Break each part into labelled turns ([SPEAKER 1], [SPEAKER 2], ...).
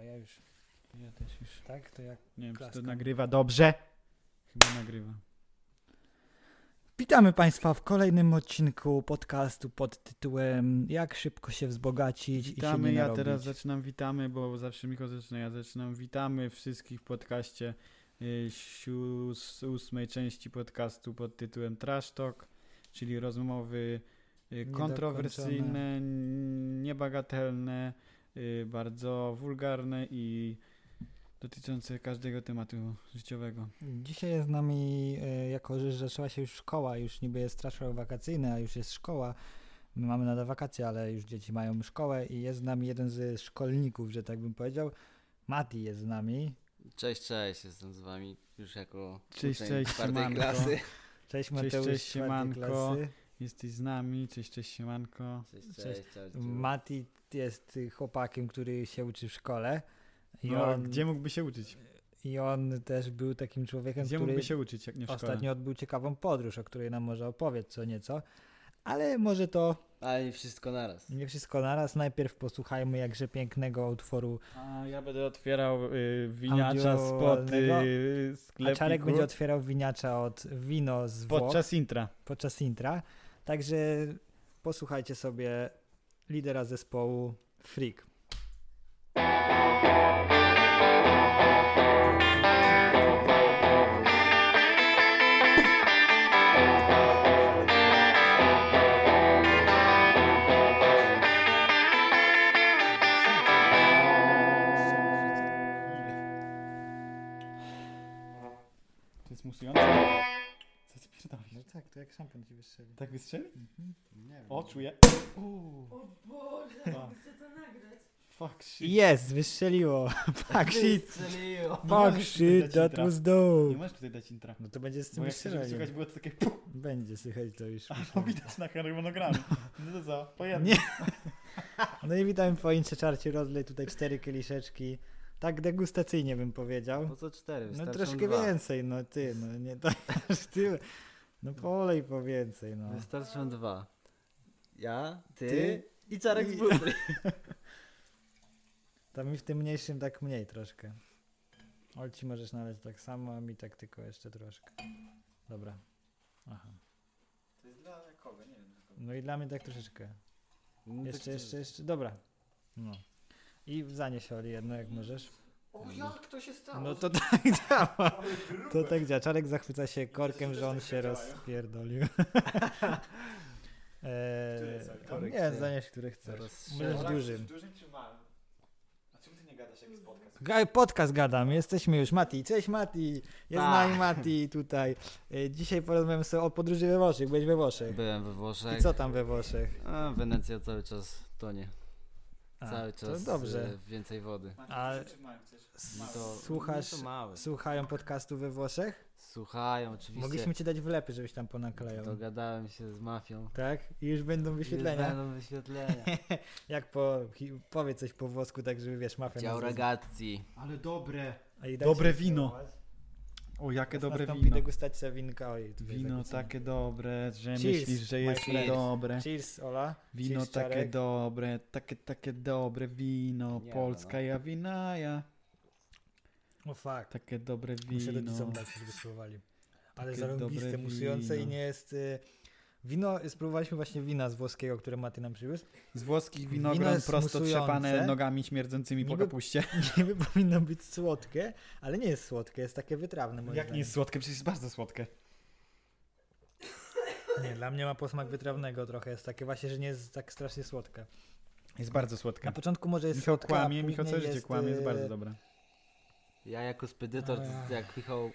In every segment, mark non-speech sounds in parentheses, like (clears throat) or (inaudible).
[SPEAKER 1] już.
[SPEAKER 2] Ja też już.
[SPEAKER 1] Tak? To jak?
[SPEAKER 2] Nie wiem, czy
[SPEAKER 1] Klaskam.
[SPEAKER 2] to nagrywa dobrze. Chyba nagrywa.
[SPEAKER 1] Witamy Państwa w kolejnym odcinku podcastu pod tytułem Jak szybko się wzbogacić i
[SPEAKER 2] Witamy,
[SPEAKER 1] się nie
[SPEAKER 2] ja
[SPEAKER 1] narobić.
[SPEAKER 2] teraz zaczynam witamy, bo zawsze Miko zaczyna, ja zaczynam. Witamy wszystkich w podcaście y, siu- z ósmej części podcastu pod tytułem Trash Talk, czyli rozmowy y, kontrowersyjne, n- niebagatelne, y, bardzo wulgarne i dotyczące każdego tematu życiowego.
[SPEAKER 1] Dzisiaj jest z nami, e, jako że zaczęła się już szkoła, już niby jest strasznie wakacyjne, a już jest szkoła. My mamy nadal wakacje, ale już dzieci mają szkołę i jest z nami jeden ze szkolników, że tak bym powiedział. Mati jest z nami.
[SPEAKER 3] Cześć, cześć, jestem z wami już jako
[SPEAKER 2] Cześć,
[SPEAKER 3] uczeń
[SPEAKER 2] cześć,
[SPEAKER 3] czwartej
[SPEAKER 2] siemanko.
[SPEAKER 3] klasy.
[SPEAKER 1] Cześć
[SPEAKER 2] Cześć,
[SPEAKER 1] Mateusz,
[SPEAKER 2] cześć,
[SPEAKER 1] czwartej
[SPEAKER 2] siemanko.
[SPEAKER 1] klasy.
[SPEAKER 2] Jesteś z nami, cześć, cześć, siemanko.
[SPEAKER 3] (laughs) Cześć,
[SPEAKER 1] Cześć.
[SPEAKER 3] cześć, cześć. cześć.
[SPEAKER 1] Mati jest y, chłopakiem, który się uczy w szkole. I,
[SPEAKER 2] No,
[SPEAKER 1] on,
[SPEAKER 2] Gdzie mógłby się uczyć?
[SPEAKER 1] I on też był takim człowiekiem,
[SPEAKER 2] Gdzie
[SPEAKER 1] który
[SPEAKER 2] mógłby się uczyć, jak nie w szkole?
[SPEAKER 1] ostatnio odbył ciekawą podróż, o której nam może opowiedz co nieco. Ale może to
[SPEAKER 3] Ale nie wszystko naraz.
[SPEAKER 1] nie wszystko naraz. Najpierw posłuchajmy jakże pięknego utworu.
[SPEAKER 2] A ja będę otwierał y, winiacza spod
[SPEAKER 1] Audioalnego.
[SPEAKER 2] y,
[SPEAKER 1] A Czarek
[SPEAKER 2] sklepiku
[SPEAKER 1] będzie otwierał winiacza od wino z Włoch podczas,
[SPEAKER 2] podczas intra.
[SPEAKER 1] intra. Także posłuchajcie sobie lidera zespołu Freak.
[SPEAKER 2] To jest musujące? Co ty pierdolisz?
[SPEAKER 1] No tak, to jak szampan ci wystrzeli.
[SPEAKER 2] Tak wystrzeli?
[SPEAKER 3] Nie wiem.
[SPEAKER 2] O, czuję.
[SPEAKER 4] O Boże,
[SPEAKER 2] A.
[SPEAKER 4] chcę to nagrać.
[SPEAKER 2] Fuck shit.
[SPEAKER 1] Jest, wystrzeliło. (laughs) Fuck shit.
[SPEAKER 3] Wystrzeliło.
[SPEAKER 2] Nie
[SPEAKER 1] Fuck
[SPEAKER 2] możesz tutaj
[SPEAKER 1] shit,
[SPEAKER 2] dać
[SPEAKER 1] that
[SPEAKER 2] intra.
[SPEAKER 1] was dope.
[SPEAKER 2] Nie możesz tutaj dać intra.
[SPEAKER 1] No to będzie z
[SPEAKER 2] Bo
[SPEAKER 1] tym
[SPEAKER 2] jak chcesz
[SPEAKER 1] strzelaniem.
[SPEAKER 2] wysłuchać, było to takie (laughs) puch,
[SPEAKER 1] Będzie słychać to już.
[SPEAKER 2] to widać na harmonogramie. No to co? Po jednym.
[SPEAKER 1] Nie. No i witam po czarcie rozlej tutaj cztery kieliszeczki. Tak degustacyjnie bym powiedział.
[SPEAKER 3] Po co cztery?
[SPEAKER 1] No
[SPEAKER 3] Wystarczą
[SPEAKER 1] troszkę
[SPEAKER 3] dwa.
[SPEAKER 1] więcej, no ty, no nie to (laughs) aż tyle. No polej po więcej, no.
[SPEAKER 3] Wystarczą dwa. Ja, ty,
[SPEAKER 1] Ty
[SPEAKER 3] i Czarek
[SPEAKER 1] i- (laughs)
[SPEAKER 3] z butry.
[SPEAKER 1] To mi w tym mniejszym tak mniej troszkę. Olci możesz naleć tak samo, a mi tak tylko jeszcze troszkę. Dobra. Aha.
[SPEAKER 3] To jest dla kogo? Nie wiem. No
[SPEAKER 1] No i dla mnie tak troszeczkę.
[SPEAKER 3] tak
[SPEAKER 1] Jeszcze, jeszcze, jeszcze. Dobra. No. I zanieś Oli jedno, jak możesz.
[SPEAKER 3] O, jak to się stało?
[SPEAKER 1] No to (laughs) tak działa. To tak działa. Czarek zachwyca się korkiem, że on się rozpierdolił. (laughs) Eee,
[SPEAKER 3] Który
[SPEAKER 1] nie,
[SPEAKER 3] chce?
[SPEAKER 1] zanieś, który chcesz.
[SPEAKER 3] Zaraz
[SPEAKER 1] Możesz w
[SPEAKER 3] strzelę.
[SPEAKER 1] dużym.
[SPEAKER 2] czy małym? A czemu ty nie gadasz, jak jest podcast?
[SPEAKER 1] Gaj, Podcast gadam, jesteśmy już. Mati, cześć Mati, jest z
[SPEAKER 3] Pa.
[SPEAKER 1] nami Mati tutaj. E, Dzisiaj porozmawiamy sobie o podróży we Włoszech, byłeś we Włoszech.
[SPEAKER 3] Byłem we
[SPEAKER 1] I
[SPEAKER 3] Włoszech.
[SPEAKER 1] co tam we Włoszech?
[SPEAKER 3] A, Wenecja cały czas tonie.
[SPEAKER 1] A,
[SPEAKER 3] cały
[SPEAKER 1] to
[SPEAKER 3] czas
[SPEAKER 1] dobrze.
[SPEAKER 3] e, więcej wody.
[SPEAKER 1] A-
[SPEAKER 2] czy małym chcesz?
[SPEAKER 3] No to,
[SPEAKER 1] Słuchasz-
[SPEAKER 3] No to mały.
[SPEAKER 1] Słuchają podcastu we Włoszech?
[SPEAKER 3] Słuchają, oczywiście.
[SPEAKER 1] Mogliśmy ci dać wlepy, żebyś tam ponaklejał.
[SPEAKER 3] Dogadałem się z mafią.
[SPEAKER 1] Tak? I już będą wyświetlenia.
[SPEAKER 3] Już będą
[SPEAKER 1] (laughs)
[SPEAKER 3] wyświetlenia.
[SPEAKER 1] Jak po, hi- powie coś po włosku, tak żeby wiesz, mafia
[SPEAKER 3] Dział
[SPEAKER 1] nas rozma-
[SPEAKER 3] ragazzi.
[SPEAKER 2] Ale dobre.
[SPEAKER 1] A i dajcie
[SPEAKER 2] Dobre
[SPEAKER 1] się
[SPEAKER 2] wino.
[SPEAKER 1] spróbować.
[SPEAKER 2] O, jakie dobre
[SPEAKER 1] Nastąpi
[SPEAKER 2] wino.
[SPEAKER 1] degustacja winka. Oj, tutaj
[SPEAKER 2] Wino
[SPEAKER 1] zakłócamy.
[SPEAKER 2] takie dobre, że
[SPEAKER 1] Cheers,
[SPEAKER 2] myślisz, że
[SPEAKER 1] my
[SPEAKER 2] jest
[SPEAKER 3] friend.
[SPEAKER 2] dobre.
[SPEAKER 1] Cheers, Ola.
[SPEAKER 2] Wino
[SPEAKER 1] Cheers,
[SPEAKER 2] takie
[SPEAKER 1] Czarek.
[SPEAKER 2] dobre, takie, takie dobre wino,
[SPEAKER 3] Nie,
[SPEAKER 2] polska
[SPEAKER 3] no.
[SPEAKER 2] ja winaja.
[SPEAKER 1] O fuck.
[SPEAKER 2] Takie dobre
[SPEAKER 1] Muszę
[SPEAKER 2] wino.
[SPEAKER 1] rodzicom dać, żeby spróbowali. Ale
[SPEAKER 2] Takie
[SPEAKER 1] zarąbiste,
[SPEAKER 2] dobre
[SPEAKER 1] musujące i
[SPEAKER 2] wino.
[SPEAKER 1] nie jest... Y... Wino, spróbowaliśmy właśnie wina z włoskiego, które Maty nam przywiózł. (laughs)
[SPEAKER 2] Z włoskich
[SPEAKER 1] Wino
[SPEAKER 2] winogron
[SPEAKER 1] jest
[SPEAKER 2] prosto
[SPEAKER 1] musujące.
[SPEAKER 2] trzepane nogami śmierdzącymi po
[SPEAKER 1] Niby-
[SPEAKER 2] kapuście.
[SPEAKER 1] Niby powinno być słodkie, ale nie jest słodkie, jest takie wytrawne moim
[SPEAKER 2] Jak nie
[SPEAKER 1] zdaniem.
[SPEAKER 2] jest słodkie, przecież jest bardzo słodkie.
[SPEAKER 1] Nie, dla mnie ma posmak wytrawnego trochę, jest takie właśnie, że nie jest tak strasznie słodka.
[SPEAKER 2] Jest bardzo
[SPEAKER 1] Na
[SPEAKER 2] słodkie.
[SPEAKER 1] początku może jest
[SPEAKER 2] Michał
[SPEAKER 1] słodka, a
[SPEAKER 2] kłamie, Michał
[SPEAKER 1] później
[SPEAKER 2] całe życie kłamie, jest
[SPEAKER 1] y,
[SPEAKER 2] bardzo dobre.
[SPEAKER 3] Ja jako spedytor,
[SPEAKER 1] Ach.
[SPEAKER 3] jak Michał,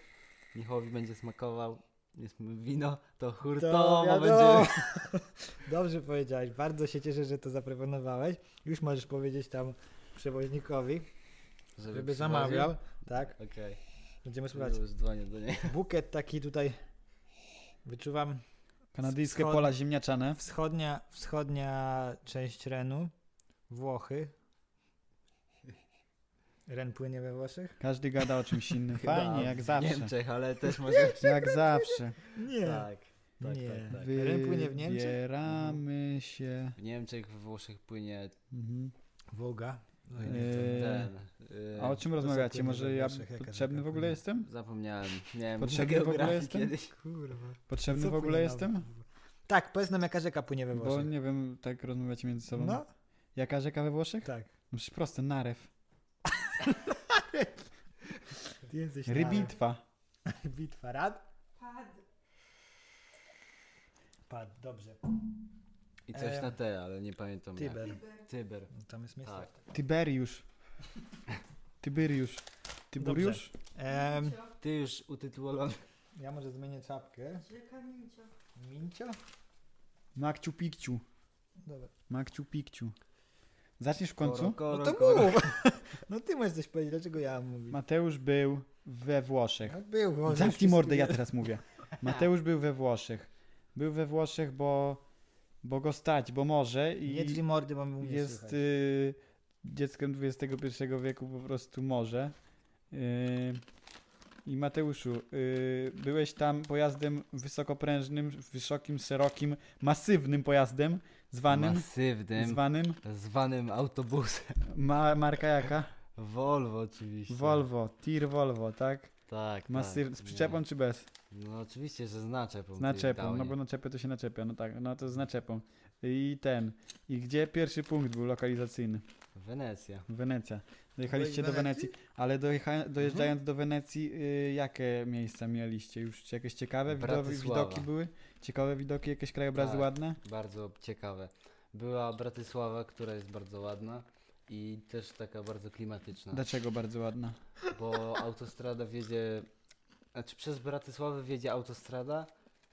[SPEAKER 3] Michałowi będzie smakował jest mi wino, to
[SPEAKER 1] To
[SPEAKER 3] hurtowo
[SPEAKER 1] wiadomo.
[SPEAKER 3] będzie.
[SPEAKER 1] (laughs) Dobrze powiedziałeś. Bardzo się cieszę, że to zaproponowałeś. Już możesz powiedzieć tam przewoźnikowi, żeby
[SPEAKER 3] przywoził.
[SPEAKER 1] zamawiał. Tak,
[SPEAKER 3] Okej,
[SPEAKER 1] będziemy
[SPEAKER 3] okay.
[SPEAKER 1] słuchać.
[SPEAKER 3] już dzwonię do niej.
[SPEAKER 1] Bukiet taki tutaj wyczuwam.
[SPEAKER 2] Kanadyjskie
[SPEAKER 1] wschod-
[SPEAKER 2] pola ziemniaczane.
[SPEAKER 1] Wschodnia, wschodnia część Renu, Włochy. Ren płynie we Włoszech?
[SPEAKER 2] Każdy gada o czymś innym.
[SPEAKER 3] Chyba
[SPEAKER 2] Fajnie, jak
[SPEAKER 3] W
[SPEAKER 2] zawsze.
[SPEAKER 3] Niemczech,
[SPEAKER 2] (laughs)
[SPEAKER 3] ale też może...
[SPEAKER 2] Jak zawsze.
[SPEAKER 1] Nie.
[SPEAKER 3] tak, tak,
[SPEAKER 1] Nie.
[SPEAKER 3] tak, tak.
[SPEAKER 1] Ren płynie w Niemczech? Mhm.
[SPEAKER 2] Wybieramy się.
[SPEAKER 3] W Niemczech, we Włoszech płynie
[SPEAKER 2] Mhm.
[SPEAKER 1] Woga.
[SPEAKER 3] ten,
[SPEAKER 2] Eee.
[SPEAKER 3] ten, y, e,
[SPEAKER 2] A o czym rozmawiacie? Może ja
[SPEAKER 1] Waszych, jaka
[SPEAKER 2] potrzebny w ogóle
[SPEAKER 1] zapewne.
[SPEAKER 2] jestem?
[SPEAKER 3] yy, Zapomniałem. Miałem
[SPEAKER 2] Potrzebny w ogóle
[SPEAKER 3] geografii
[SPEAKER 2] jestem?
[SPEAKER 3] kiedyś.
[SPEAKER 1] Kurwa.
[SPEAKER 2] Potrzebny
[SPEAKER 1] Co
[SPEAKER 2] w ogóle
[SPEAKER 1] płynie na-
[SPEAKER 2] jestem?
[SPEAKER 1] Tak, powiedz nam jaka rzeka płynie we
[SPEAKER 2] Bo
[SPEAKER 1] Włoszech.
[SPEAKER 2] nie wiem, tak rozmawiacie między sobą.
[SPEAKER 1] No,
[SPEAKER 2] Jaka rzeka we Włoszech?
[SPEAKER 1] tak.
[SPEAKER 2] No przecież proste, Narew.
[SPEAKER 1] Ty jesteś
[SPEAKER 2] Rybitwa.
[SPEAKER 1] (laughs) na- Rybitwa. Rad?
[SPEAKER 4] Pad.
[SPEAKER 1] Pad, dobrze.
[SPEAKER 3] I coś
[SPEAKER 2] Yy,
[SPEAKER 1] Em,
[SPEAKER 3] na T, ale nie pamiętam jak.
[SPEAKER 1] Tyber.
[SPEAKER 3] Tyber.
[SPEAKER 1] No, Tam jest miejsce.
[SPEAKER 3] Tak.
[SPEAKER 2] Tiberiusz. Tyberiusz. Tyburiusz?
[SPEAKER 1] Em,
[SPEAKER 4] Mincio.
[SPEAKER 3] Ty już utytułowany.
[SPEAKER 1] ja może zmienię czapkę.
[SPEAKER 4] Rzeka Mincio.
[SPEAKER 1] Mincio?
[SPEAKER 2] Makciu Pikciu.
[SPEAKER 1] Dobra.
[SPEAKER 2] Makciu Pikciu. Zaczniesz w końcu?
[SPEAKER 3] Koro,
[SPEAKER 1] No to
[SPEAKER 3] koro, koro.
[SPEAKER 1] mów! (laughs) No ty możesz coś powiedzieć, dlaczego ja mam mówić?
[SPEAKER 2] Mateusz był we Włoszech.
[SPEAKER 1] No, był, bo
[SPEAKER 2] Zamknij
[SPEAKER 1] wszystko
[SPEAKER 2] mordę, ja
[SPEAKER 1] wie- (laughs)
[SPEAKER 2] teraz mówię. Mateusz był we Włoszech. Był we Włoszech, bo, bo go stać, bo może i
[SPEAKER 1] Nie drzwi mordy, bo mi nie
[SPEAKER 2] jest
[SPEAKER 1] słychać.
[SPEAKER 2] y, dzieckiem XXI wieku, po prostu może. Y, I Mateuszu, y, byłeś tam pojazdem wysokoprężnym, wysokim, szerokim, masywnym pojazdem, zwanym,
[SPEAKER 3] Masywnym.
[SPEAKER 2] zwanym
[SPEAKER 3] Zwanym autobusem.
[SPEAKER 2] ma, marka jaka?
[SPEAKER 3] Volvo oczywiście.
[SPEAKER 2] Volvo, tir Volvo, tak?
[SPEAKER 3] Tak,
[SPEAKER 2] Masyw,
[SPEAKER 3] tak.
[SPEAKER 2] z przyczepą czy bez?
[SPEAKER 3] No oczywiście, że z naczepą.
[SPEAKER 2] Z
[SPEAKER 3] ty
[SPEAKER 2] naczepą,
[SPEAKER 3] dał
[SPEAKER 2] no
[SPEAKER 3] nie.
[SPEAKER 2] bo naczepę to się naczepia, no tak, no to z naczepą. I ten. I gdzie pierwszy punkt był lokalizacyjny?
[SPEAKER 3] Wenecja.
[SPEAKER 2] Wenecja. Dojechaliście do
[SPEAKER 1] Byłeś w
[SPEAKER 2] Wenecji, ale
[SPEAKER 3] Mhm.
[SPEAKER 2] dojecha, dojeżdżając do Wenecji, y, jakie miejsca mieliście? Już jakieś ciekawe widoki,
[SPEAKER 3] Bratysława.
[SPEAKER 2] widoki były? Ciekawe widoki, jakieś krajobrazy
[SPEAKER 3] Tak.
[SPEAKER 2] ładne?
[SPEAKER 3] Bardzo ciekawe. Była Bratysława, która jest bardzo ładna i też taka bardzo klimatyczna.
[SPEAKER 2] Dlaczego bardzo ładna?
[SPEAKER 3] bo autostrada wiedzie, znaczy przez Bratysławę wiedzie autostrada,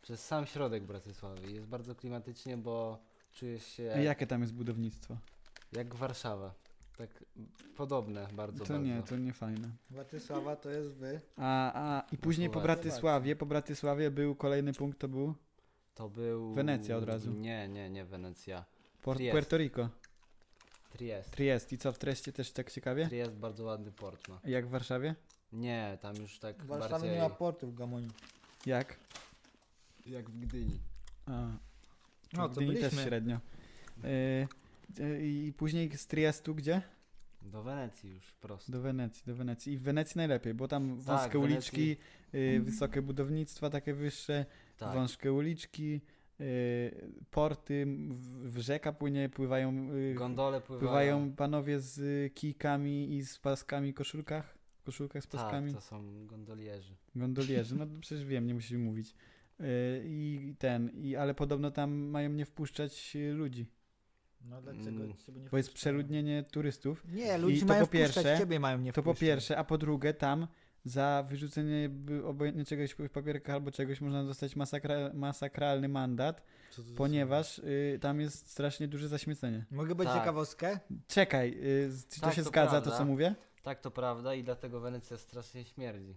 [SPEAKER 3] przez sam środek Bratysławy. Jest bardzo klimatycznie, bo czujesz się
[SPEAKER 2] I
[SPEAKER 3] jak,
[SPEAKER 2] jakie tam jest budownictwo?
[SPEAKER 3] Warszawa. Tak podobne bardzo
[SPEAKER 2] to
[SPEAKER 3] bardzo.
[SPEAKER 2] nie, to nie fajne.
[SPEAKER 1] Władysława to jest wy.
[SPEAKER 2] A, a i później po
[SPEAKER 3] Słowacja.
[SPEAKER 2] Bratysławie, po Bratysławie był kolejny punkt, to był
[SPEAKER 3] To był...
[SPEAKER 2] Wenecja od razu.
[SPEAKER 3] Nie, nie, nie Wenecja.
[SPEAKER 2] Port,
[SPEAKER 3] Trieste.
[SPEAKER 2] Puerto Rico,
[SPEAKER 3] Triest.
[SPEAKER 2] Triest. I co, w Treście też tak ciekawie?
[SPEAKER 3] Triest bardzo ładny port ma.
[SPEAKER 2] Jak w Warszawie?
[SPEAKER 3] Nie, tam już tak
[SPEAKER 1] Warszawa
[SPEAKER 3] bardziej
[SPEAKER 1] nie ma portu w Gamoniu.
[SPEAKER 2] Jak?
[SPEAKER 3] jak w Gdyni.
[SPEAKER 2] A,
[SPEAKER 1] No,
[SPEAKER 2] w
[SPEAKER 1] to
[SPEAKER 2] Gdyni też
[SPEAKER 1] byliśmy.
[SPEAKER 2] średnio. Y, y, I później z Triestu gdzie?
[SPEAKER 3] Do Wenecji już prosto.
[SPEAKER 2] Do Wenecji, do Wenecji. I w Wenecji najlepiej, bo tam wąskie
[SPEAKER 3] Tak, w Wenecji-
[SPEAKER 2] uliczki, y,
[SPEAKER 1] Mhm.
[SPEAKER 2] wysokie budownictwa takie wyższe,
[SPEAKER 3] Tak.
[SPEAKER 2] wąskie uliczki, y, porty, m, w, w rzeka płynie, pływają, y,
[SPEAKER 3] Gondole pływają. Tak,
[SPEAKER 2] pływają panowie z y, kijkami i z paskami koszulkach, koszulkach z
[SPEAKER 3] tak,
[SPEAKER 2] paskami.
[SPEAKER 3] to są gondolierzy.
[SPEAKER 2] Gondolierzy, no przecież wiem, nie musisz mi mówić. Y, I ten, i, ale podobno tam mają nie wpuszczać y, ludzi,
[SPEAKER 1] No dlaczego
[SPEAKER 3] Mm,
[SPEAKER 1] ciebie nie
[SPEAKER 2] bo jest
[SPEAKER 1] wpuszczają?
[SPEAKER 2] przeludnienie turystów.
[SPEAKER 1] Nie,
[SPEAKER 2] I
[SPEAKER 1] ludzie
[SPEAKER 2] to
[SPEAKER 1] mają
[SPEAKER 2] po
[SPEAKER 1] wpuszczać,
[SPEAKER 2] pierwsze-
[SPEAKER 1] ciebie mają nie
[SPEAKER 2] To
[SPEAKER 1] wpuszczać.
[SPEAKER 2] po pierwsze, a po drugie tam za wyrzucenie by- obojętnie czegoś w papierkach albo czegoś można dostać masakra, masakralny mandat,
[SPEAKER 1] Co to za-
[SPEAKER 2] ponieważ y, tam jest strasznie duże zaśmiecenie.
[SPEAKER 1] Mogę być
[SPEAKER 3] Tak.
[SPEAKER 1] ciekawostkę?
[SPEAKER 2] Czekaj, y, z- czy to
[SPEAKER 3] Tak,
[SPEAKER 2] się
[SPEAKER 3] to
[SPEAKER 2] zgadza to
[SPEAKER 3] prawda.
[SPEAKER 2] co mówię?
[SPEAKER 3] Tak, to prawda i dlatego Wenecja strasznie śmierdzi.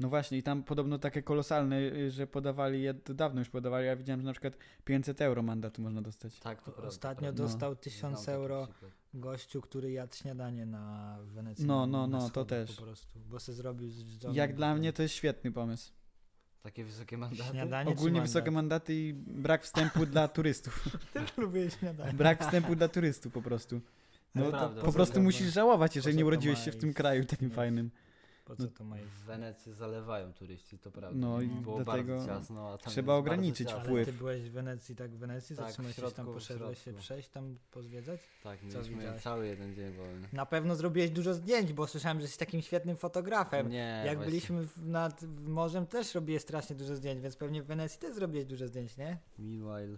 [SPEAKER 2] No właśnie i tam podobno takie kolosalne, y, że podawali, ja to dawno już podawali, ja widziałem, że na przykład 500 euro mandatu można dostać.
[SPEAKER 3] Tak, to prawda.
[SPEAKER 1] Ostatnio
[SPEAKER 3] prawda.
[SPEAKER 2] do-
[SPEAKER 1] dostał
[SPEAKER 3] Znam
[SPEAKER 1] 1000
[SPEAKER 3] taki
[SPEAKER 1] euro
[SPEAKER 3] przykład.
[SPEAKER 1] gościu, który jadł śniadanie na w Wenecji.
[SPEAKER 2] No,
[SPEAKER 1] na-
[SPEAKER 2] no,
[SPEAKER 1] na
[SPEAKER 2] no, to
[SPEAKER 1] schodach
[SPEAKER 2] też.
[SPEAKER 1] Po prostu, bo se zrobił z dżdżonem.
[SPEAKER 2] Jak dla mnie to jest świetny pomysł.
[SPEAKER 3] Takie wysokie mandaty.
[SPEAKER 1] Śniadanie
[SPEAKER 2] Ogólnie
[SPEAKER 1] czy
[SPEAKER 2] wysokie mandaty i brak wstępu
[SPEAKER 3] (laughs)
[SPEAKER 2] dla turystów.
[SPEAKER 1] mandat? (laughs) Lubię
[SPEAKER 2] (laughs)
[SPEAKER 1] śniadanie.
[SPEAKER 2] Brak wstępu dla turystów po prostu. No to
[SPEAKER 3] Naprawdę,
[SPEAKER 2] po prostu
[SPEAKER 1] to ma-
[SPEAKER 2] musisz żałować, jeżeli
[SPEAKER 1] po co
[SPEAKER 2] nie
[SPEAKER 1] to
[SPEAKER 2] urodziłeś
[SPEAKER 1] ma
[SPEAKER 2] się w tym
[SPEAKER 1] iść?
[SPEAKER 2] kraju takim
[SPEAKER 3] no.
[SPEAKER 1] Nie.
[SPEAKER 2] fajnym.
[SPEAKER 1] Po co to ma
[SPEAKER 3] W
[SPEAKER 1] iść?
[SPEAKER 3] Wenecji zalewają turyści, to prawda.
[SPEAKER 2] No
[SPEAKER 1] i
[SPEAKER 3] Było
[SPEAKER 2] dlatego
[SPEAKER 3] bardzo ciasno, a tam
[SPEAKER 2] trzeba
[SPEAKER 3] jest bardzo
[SPEAKER 2] ograniczyć
[SPEAKER 3] ciasno.
[SPEAKER 1] Ale
[SPEAKER 2] wpływ.
[SPEAKER 1] ty byłeś w Wenecji, tak w Wenecji?
[SPEAKER 3] Tak, w
[SPEAKER 1] Zatrzymałeś się tam,
[SPEAKER 3] środku, w
[SPEAKER 1] poszedłeś się
[SPEAKER 3] środku.
[SPEAKER 1] przejść, tam pozwiedzać?
[SPEAKER 3] Tak,
[SPEAKER 1] Co
[SPEAKER 3] mieliśmy
[SPEAKER 1] widziałeś?
[SPEAKER 3] cały jeden dzień wolny.
[SPEAKER 1] Na pewno zrobiłeś dużo zdjęć, bo słyszałem, że jesteś takim świetnym fotografem.
[SPEAKER 3] Nie,
[SPEAKER 1] Jak
[SPEAKER 3] właśnie.
[SPEAKER 1] byliśmy w, nad morzem, też robiłeś strasznie dużo zdjęć, więc pewnie w Wenecji też zrobiłeś dużo zdjęć, nie?
[SPEAKER 3] Meanwhile.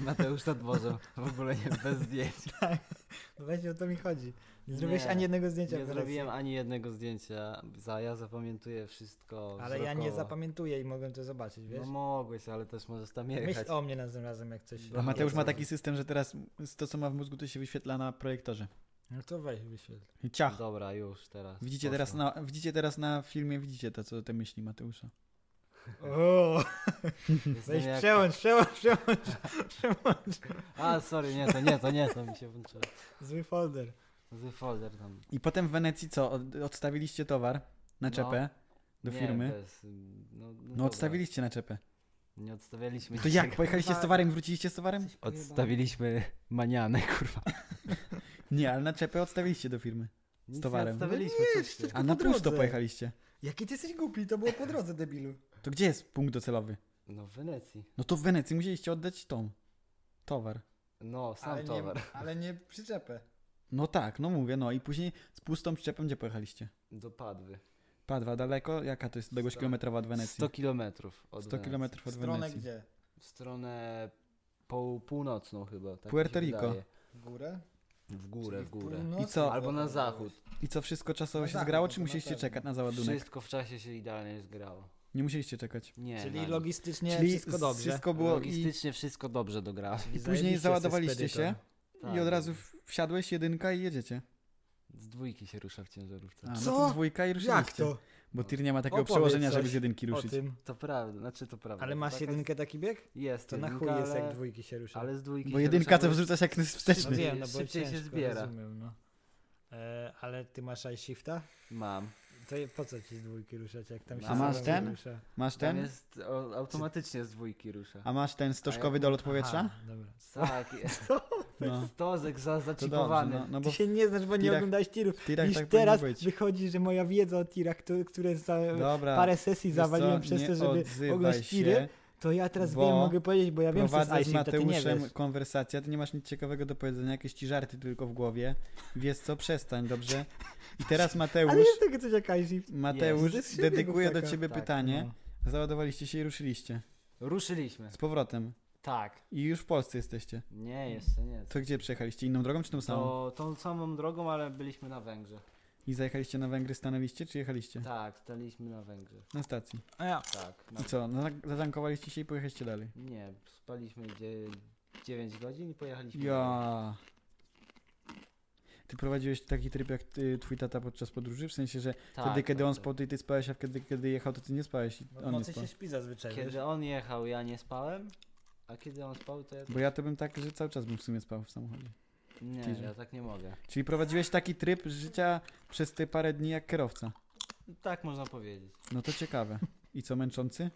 [SPEAKER 3] Mateusz nad morzem w ogóle nie bez zdjęć.
[SPEAKER 1] No właśnie o to mi chodzi. Nie zrobiłeś
[SPEAKER 3] Nie,
[SPEAKER 1] ani jednego zdjęcia
[SPEAKER 3] Nie
[SPEAKER 1] w Wenecji.
[SPEAKER 3] zrobiłem ani jednego zdjęcia. Za ja zapamiętuję wszystko.
[SPEAKER 1] Ale ja nie
[SPEAKER 3] wzrokowo.
[SPEAKER 1] zapamiętuję i mogłem to zobaczyć, wiesz?
[SPEAKER 3] No mogłeś, ale też możesz tam jechać.
[SPEAKER 1] Myśl o mnie następnym razem, jak coś...
[SPEAKER 3] A
[SPEAKER 2] A No, Mateusz ma
[SPEAKER 3] tak-
[SPEAKER 2] taki system, że teraz to, co ma w mózgu, to się wyświetla na projektorze.
[SPEAKER 1] No to weź wyświetl.
[SPEAKER 2] Ciach.
[SPEAKER 3] Dobra, już teraz.
[SPEAKER 2] Widzicie
[SPEAKER 3] Poszło.
[SPEAKER 2] teraz, na, widzicie teraz na filmie, widzicie to, co te myśli Mateusza.
[SPEAKER 1] O,
[SPEAKER 3] Jestem
[SPEAKER 1] weź
[SPEAKER 3] jak-
[SPEAKER 1] przełącz, przełącz, przełącz, przełącz.
[SPEAKER 3] A, sorry, nie, to nie, to nie, to mi się włączyło.
[SPEAKER 1] Zły folder.
[SPEAKER 3] Zły folder tam.
[SPEAKER 2] I potem w Wenecji co? Od, odstawiliście towar na
[SPEAKER 3] No.
[SPEAKER 2] czepę do
[SPEAKER 3] nie,
[SPEAKER 2] firmy?
[SPEAKER 3] to jest, mm, no, no
[SPEAKER 2] No
[SPEAKER 3] dobra.
[SPEAKER 2] odstawiliście na
[SPEAKER 3] (laughs)
[SPEAKER 2] czepę.
[SPEAKER 3] Nie odstawialiśmy.
[SPEAKER 2] To jak? Pojechaliście z
[SPEAKER 1] Tak.
[SPEAKER 2] towarem, wróciliście z towarem?
[SPEAKER 3] Odstawiliśmy manianę, kurwa.
[SPEAKER 2] Nie, ale na czepę odstawiliście do firmy.
[SPEAKER 3] Nic
[SPEAKER 2] Z towarem.
[SPEAKER 3] nie odstawiliśmy.
[SPEAKER 1] No nie,
[SPEAKER 3] coś
[SPEAKER 1] to-
[SPEAKER 3] ty.
[SPEAKER 2] A na
[SPEAKER 1] po
[SPEAKER 2] pusto
[SPEAKER 1] drodze.
[SPEAKER 2] pojechaliście.
[SPEAKER 1] Jaki ty jesteś głupi, to było po drodze, debilu.
[SPEAKER 2] To gdzie jest punkt docelowy?
[SPEAKER 3] No w Wenecji.
[SPEAKER 2] No to w Wenecji musieliście oddać tą. Towar.
[SPEAKER 3] No, sam
[SPEAKER 1] ale,
[SPEAKER 3] towar.
[SPEAKER 1] Nie, ale nie przyczepę.
[SPEAKER 2] No tak, no mówię, no i później z pustą przyczepą gdzie pojechaliście?
[SPEAKER 3] Do Padwy.
[SPEAKER 2] Padwa daleko? Jaka to jest odległość
[SPEAKER 1] Sto-
[SPEAKER 2] kilometrowa od Wenecji?
[SPEAKER 3] 100 kilometrów od
[SPEAKER 2] 100
[SPEAKER 3] Wenecji.
[SPEAKER 2] kilometrów
[SPEAKER 1] W
[SPEAKER 2] od
[SPEAKER 1] stronę
[SPEAKER 2] Wenecji.
[SPEAKER 1] gdzie?
[SPEAKER 3] W stronę pół, północną chyba. Tak mi się
[SPEAKER 2] Puerto Rico.
[SPEAKER 3] wydaje.
[SPEAKER 1] W górę?
[SPEAKER 3] W górę,
[SPEAKER 1] Czyli No,
[SPEAKER 3] w górę.
[SPEAKER 1] północ-
[SPEAKER 2] I co?
[SPEAKER 3] Albo
[SPEAKER 1] e,
[SPEAKER 3] na zachód.
[SPEAKER 2] I co, wszystko czasowo
[SPEAKER 1] Na
[SPEAKER 2] się
[SPEAKER 1] zachód,
[SPEAKER 2] zgrało,
[SPEAKER 1] no
[SPEAKER 2] czy
[SPEAKER 1] to na
[SPEAKER 2] musieliście
[SPEAKER 1] pewno.
[SPEAKER 2] czekać na załadunek?
[SPEAKER 3] Wszystko w czasie się idealnie zgrało.
[SPEAKER 2] Nie musieliście czekać.
[SPEAKER 3] Nie,
[SPEAKER 1] Czyli
[SPEAKER 3] na nic.
[SPEAKER 1] logistycznie
[SPEAKER 2] Czyli
[SPEAKER 1] wszystko dobrze.
[SPEAKER 2] wszystko było i,
[SPEAKER 3] Logistycznie wszystko dobrze dograło.
[SPEAKER 1] I
[SPEAKER 2] później załadowaliście się
[SPEAKER 3] Tak.
[SPEAKER 2] i od razu w- wsiadłeś, jedynka i jedziecie.
[SPEAKER 3] Z dwójki się rusza w ciężarówce.
[SPEAKER 2] A,
[SPEAKER 1] Co?
[SPEAKER 2] No to dwójka i ruszyliście.
[SPEAKER 1] Jak to?
[SPEAKER 2] Bo tir nie ma takiego
[SPEAKER 1] Opowiedz
[SPEAKER 2] przełożenia,
[SPEAKER 1] coś
[SPEAKER 2] żeby z jedynki
[SPEAKER 1] O
[SPEAKER 2] ruszyć.
[SPEAKER 1] tym.
[SPEAKER 3] To prawda, znaczy to prawda.
[SPEAKER 1] Ale masz
[SPEAKER 3] Taka-
[SPEAKER 1] jedynkę taki bieg? Tak
[SPEAKER 3] Jest,
[SPEAKER 1] To na
[SPEAKER 3] jedynka,
[SPEAKER 1] chuj jest
[SPEAKER 3] ale...
[SPEAKER 1] jak dwójki się rusza.
[SPEAKER 3] Ale z dwójki
[SPEAKER 2] Bo
[SPEAKER 3] się
[SPEAKER 2] jedynka
[SPEAKER 3] rusza,
[SPEAKER 2] to
[SPEAKER 3] bo-
[SPEAKER 2] wrzucasz jak
[SPEAKER 1] No
[SPEAKER 2] wsteczny.
[SPEAKER 3] Czyli
[SPEAKER 1] wiem, no bo
[SPEAKER 3] szybciej się
[SPEAKER 1] ciężko,
[SPEAKER 3] zbiera.
[SPEAKER 1] Rozumiem, no. E, ale ty masz iShifta?
[SPEAKER 3] Mam.
[SPEAKER 1] To je- po co ci z dwójki ruszać, jak tam się
[SPEAKER 3] A masz
[SPEAKER 1] samemu
[SPEAKER 2] ten?
[SPEAKER 1] rusza?
[SPEAKER 2] Masz
[SPEAKER 3] Ten
[SPEAKER 2] ten?
[SPEAKER 3] jest o, automatycznie z dwójki rusza.
[SPEAKER 2] A masz ten stożkowy dolot powietrza?
[SPEAKER 1] Aha, dobra.
[SPEAKER 3] Tak, jest.
[SPEAKER 2] No,
[SPEAKER 3] Stozek za,
[SPEAKER 2] to dobrze,
[SPEAKER 3] zaczipowany.
[SPEAKER 2] no, no bo
[SPEAKER 1] Ty
[SPEAKER 2] w
[SPEAKER 1] się nie znasz, bo nie
[SPEAKER 2] tirach-
[SPEAKER 1] oglądałeś tirów.
[SPEAKER 2] tirach
[SPEAKER 1] Już
[SPEAKER 2] tak
[SPEAKER 1] teraz
[SPEAKER 2] powinno być.
[SPEAKER 1] wychodzi, że moja wiedza o tirach, które, które za
[SPEAKER 2] Dobra,
[SPEAKER 1] parę sesji
[SPEAKER 2] wiesz
[SPEAKER 1] zawaliłem
[SPEAKER 2] co,
[SPEAKER 1] przez
[SPEAKER 2] nie
[SPEAKER 1] to, żeby
[SPEAKER 2] odzywaj
[SPEAKER 1] oglądać
[SPEAKER 2] się.
[SPEAKER 1] tiry, to ja teraz
[SPEAKER 2] bo
[SPEAKER 1] wiem, mogę powiedzieć, bo ja wiem, co jest
[SPEAKER 2] Prowadzę z
[SPEAKER 1] iShifta, ty nie
[SPEAKER 2] Mateuszem
[SPEAKER 1] wiesz.
[SPEAKER 2] konwersację, a ty nie masz nic ciekawego do powiedzenia, jakieś ci żarty tylko w głowie. Wiesz co, przestań, dobrze? I teraz
[SPEAKER 1] (laughs) Ale
[SPEAKER 2] Mateusz,
[SPEAKER 1] jest tego coś jak iShift.
[SPEAKER 2] Mateusz
[SPEAKER 1] Jest. Ze
[SPEAKER 2] dedykuje do
[SPEAKER 1] Szybiegów
[SPEAKER 2] ciebie
[SPEAKER 3] taka.
[SPEAKER 2] pytanie.
[SPEAKER 1] no.
[SPEAKER 2] Załadowaliście się i ruszyliście.
[SPEAKER 3] no. Ruszyliśmy.
[SPEAKER 2] Z powrotem.
[SPEAKER 3] Tak.
[SPEAKER 2] I już w Polsce jesteście.
[SPEAKER 3] Nie, jeszcze nie.
[SPEAKER 2] To gdzie przejechaliście? Inną drogą czy tą samą?
[SPEAKER 3] To tą samą drogą, ale byliśmy na Węgrzech.
[SPEAKER 2] I zajechaliście na Węgry, stanęliście czy jechaliście?
[SPEAKER 3] Tak, staliśmy na Węgrzech.
[SPEAKER 2] Na stacji.
[SPEAKER 1] A ja.
[SPEAKER 3] Tak. Na...
[SPEAKER 2] I co, na- zatankowaliście się i pojechaliście dalej?
[SPEAKER 3] Nie, spaliśmy 9 godzin i pojechaliśmy. dalej.
[SPEAKER 2] Ja. Ty prowadziłeś taki tryb jak ty, twój tata podczas podróży? W sensie, że
[SPEAKER 3] Tak,
[SPEAKER 2] wtedy, kiedy on
[SPEAKER 3] tak,
[SPEAKER 2] spał, to i ty spałeś, a kiedy, kiedy jechał, to ty nie spałeś i on nie
[SPEAKER 1] Nocy
[SPEAKER 2] spał.
[SPEAKER 1] No, się śpi zazwyczaj, wiesz?
[SPEAKER 3] tak. Kiedy on jechał, ja nie spałem, a kiedy on spał, to ja...
[SPEAKER 2] Bo ja to bym tak, że cały czas bym w sumie spał w samochodzie.
[SPEAKER 3] Nie,
[SPEAKER 2] Tydzień.
[SPEAKER 3] ja tak nie mogę.
[SPEAKER 2] Czyli prowadziłeś taki tryb życia przez te parę dni jak kierowca.
[SPEAKER 3] Tak można powiedzieć.
[SPEAKER 2] No to ciekawe. I co, męczący?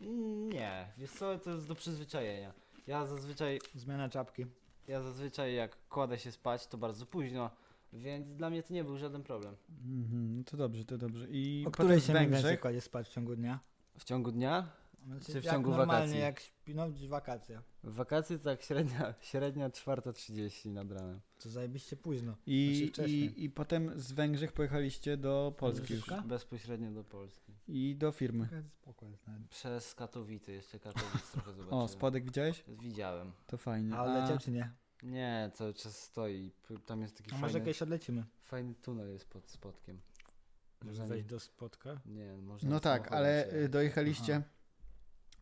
[SPEAKER 3] Mm, Nie, wiesz co, to jest do przyzwyczajenia. Ja zazwyczaj,
[SPEAKER 1] Zmiana czapki.
[SPEAKER 3] ja zazwyczaj jak kładę się spać, to bardzo późno, więc dla mnie to nie był żaden problem.
[SPEAKER 2] Mhm, no to dobrze, to dobrze. I
[SPEAKER 1] O
[SPEAKER 2] potem
[SPEAKER 1] której
[SPEAKER 2] w
[SPEAKER 1] się najwięcej
[SPEAKER 2] Węgrzech,
[SPEAKER 1] kładzie spać w ciągu dnia?
[SPEAKER 3] W ciągu dnia?
[SPEAKER 1] Znaczy,
[SPEAKER 3] Czy w
[SPEAKER 1] jak
[SPEAKER 3] ciągu
[SPEAKER 1] normalnie,
[SPEAKER 3] wakacji?
[SPEAKER 1] jak śpi, no wakacje.
[SPEAKER 3] W wakacje tak średnia, średnia 4.30 nad ranem.
[SPEAKER 1] To zajebiście późno.
[SPEAKER 2] i,
[SPEAKER 1] Znaczy wcześniej.
[SPEAKER 2] i, i potem z Węgrzech pojechaliście do Polski już.
[SPEAKER 1] Polska?
[SPEAKER 3] Bezpośrednio do Polski.
[SPEAKER 2] I do firmy.
[SPEAKER 1] Spoko jest nawet.
[SPEAKER 3] Przez Katowice, jeszcze
[SPEAKER 2] (laughs)
[SPEAKER 3] Katowice trochę zobaczyłem.
[SPEAKER 2] O, spodek widziałeś?
[SPEAKER 3] Widziałem.
[SPEAKER 2] To fajnie.
[SPEAKER 1] A leciał czy nie?
[SPEAKER 3] Nie, cały czas stoi. P- Tam jest
[SPEAKER 1] A
[SPEAKER 3] taki fajny,
[SPEAKER 1] może kiedyś odlecimy?
[SPEAKER 3] fajny tunel jest pod spodkiem.
[SPEAKER 1] Może wejść do spotka?
[SPEAKER 3] Nie, można
[SPEAKER 2] No tak,
[SPEAKER 3] samochodem
[SPEAKER 2] ale
[SPEAKER 3] przyjechać.
[SPEAKER 2] y, dojechaliście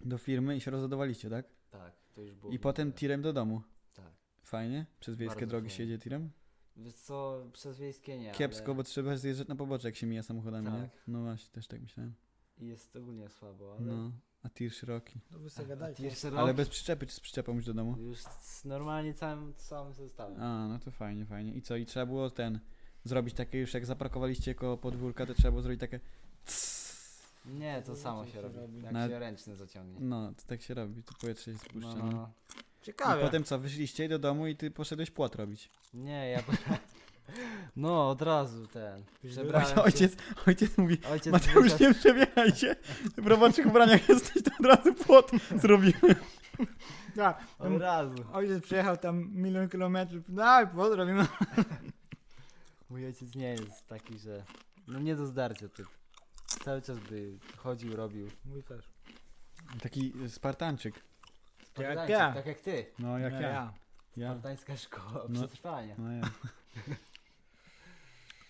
[SPEAKER 2] do firmy i się rozładowaliście, tak?
[SPEAKER 3] Tak, to już było.
[SPEAKER 2] I potem
[SPEAKER 3] widoczne.
[SPEAKER 2] tirem do domu.
[SPEAKER 3] Tak.
[SPEAKER 2] Fajnie? Przez wiejskie
[SPEAKER 3] Bardzo
[SPEAKER 2] drogi
[SPEAKER 3] fajnie.
[SPEAKER 2] się jedzie tirem?
[SPEAKER 3] Wiesz co, przez wiejskie nie,
[SPEAKER 2] Kiepsko,
[SPEAKER 3] ale
[SPEAKER 2] bo trzeba zjeżdżać na pobocze, jak się mija samochodami, nie?
[SPEAKER 3] Tak.
[SPEAKER 2] No właśnie, też tak myślałem.
[SPEAKER 3] jest ogólnie słabo, ale... No.
[SPEAKER 2] No, a tir szeroki.
[SPEAKER 1] No wy sobie
[SPEAKER 3] A
[SPEAKER 1] gadajcie.
[SPEAKER 3] tir szeroki,
[SPEAKER 2] Ale bez przyczepy, czy z przyczepą już do domu?
[SPEAKER 3] Już z- normalnie całym, całym zestawem.
[SPEAKER 2] A, no to fajnie, fajnie. I co, i trzeba było ten, zrobić takie już, jak zaparkowaliście koło podwórka, to trzeba było zrobić takie css.
[SPEAKER 3] Nie, to
[SPEAKER 1] To
[SPEAKER 3] samo
[SPEAKER 1] co
[SPEAKER 3] się
[SPEAKER 1] się
[SPEAKER 3] robi.
[SPEAKER 1] robi?
[SPEAKER 3] Jak
[SPEAKER 2] Na-
[SPEAKER 3] się ręczny zaciągnie.
[SPEAKER 2] No, to tak się robi, to powietrze się
[SPEAKER 3] No,
[SPEAKER 2] spuszcza.
[SPEAKER 3] no,
[SPEAKER 2] No.
[SPEAKER 3] no.
[SPEAKER 1] Ciekawe.
[SPEAKER 2] I potem co, wyszliście do domu i ty poszedłeś płot robić.
[SPEAKER 3] Nie, ja... (laughs) No, od razu ten.
[SPEAKER 1] Już
[SPEAKER 3] Przebrałem
[SPEAKER 1] wybrałem
[SPEAKER 3] się.
[SPEAKER 2] Ojciec, ojciec mówi,
[SPEAKER 3] Ojciec
[SPEAKER 2] Mateusz,
[SPEAKER 3] wyszedł-
[SPEAKER 2] nie przebiegajcie. W roboczych ubraniach (laughs) jesteś, to od razu płot zrobimy.
[SPEAKER 1] Tak, no,
[SPEAKER 3] Od razu.
[SPEAKER 1] Ojciec przyjechał tam milion kilometrów. No, pozdrawiam.
[SPEAKER 3] Mój ojciec nie jest taki, że... No nie do zdarcia typ. Cały czas by chodził,
[SPEAKER 2] Tak
[SPEAKER 3] robił.
[SPEAKER 1] Mój też.
[SPEAKER 2] Taki y, Spartanczyk.
[SPEAKER 1] Tak jak
[SPEAKER 3] Spartańczyk,
[SPEAKER 1] ja.
[SPEAKER 3] Tak jak ty.
[SPEAKER 2] No, jak
[SPEAKER 1] Nie,
[SPEAKER 2] ja. ja.
[SPEAKER 3] Spartańska szkoła
[SPEAKER 2] No.
[SPEAKER 3] przetrwania.
[SPEAKER 2] No ja.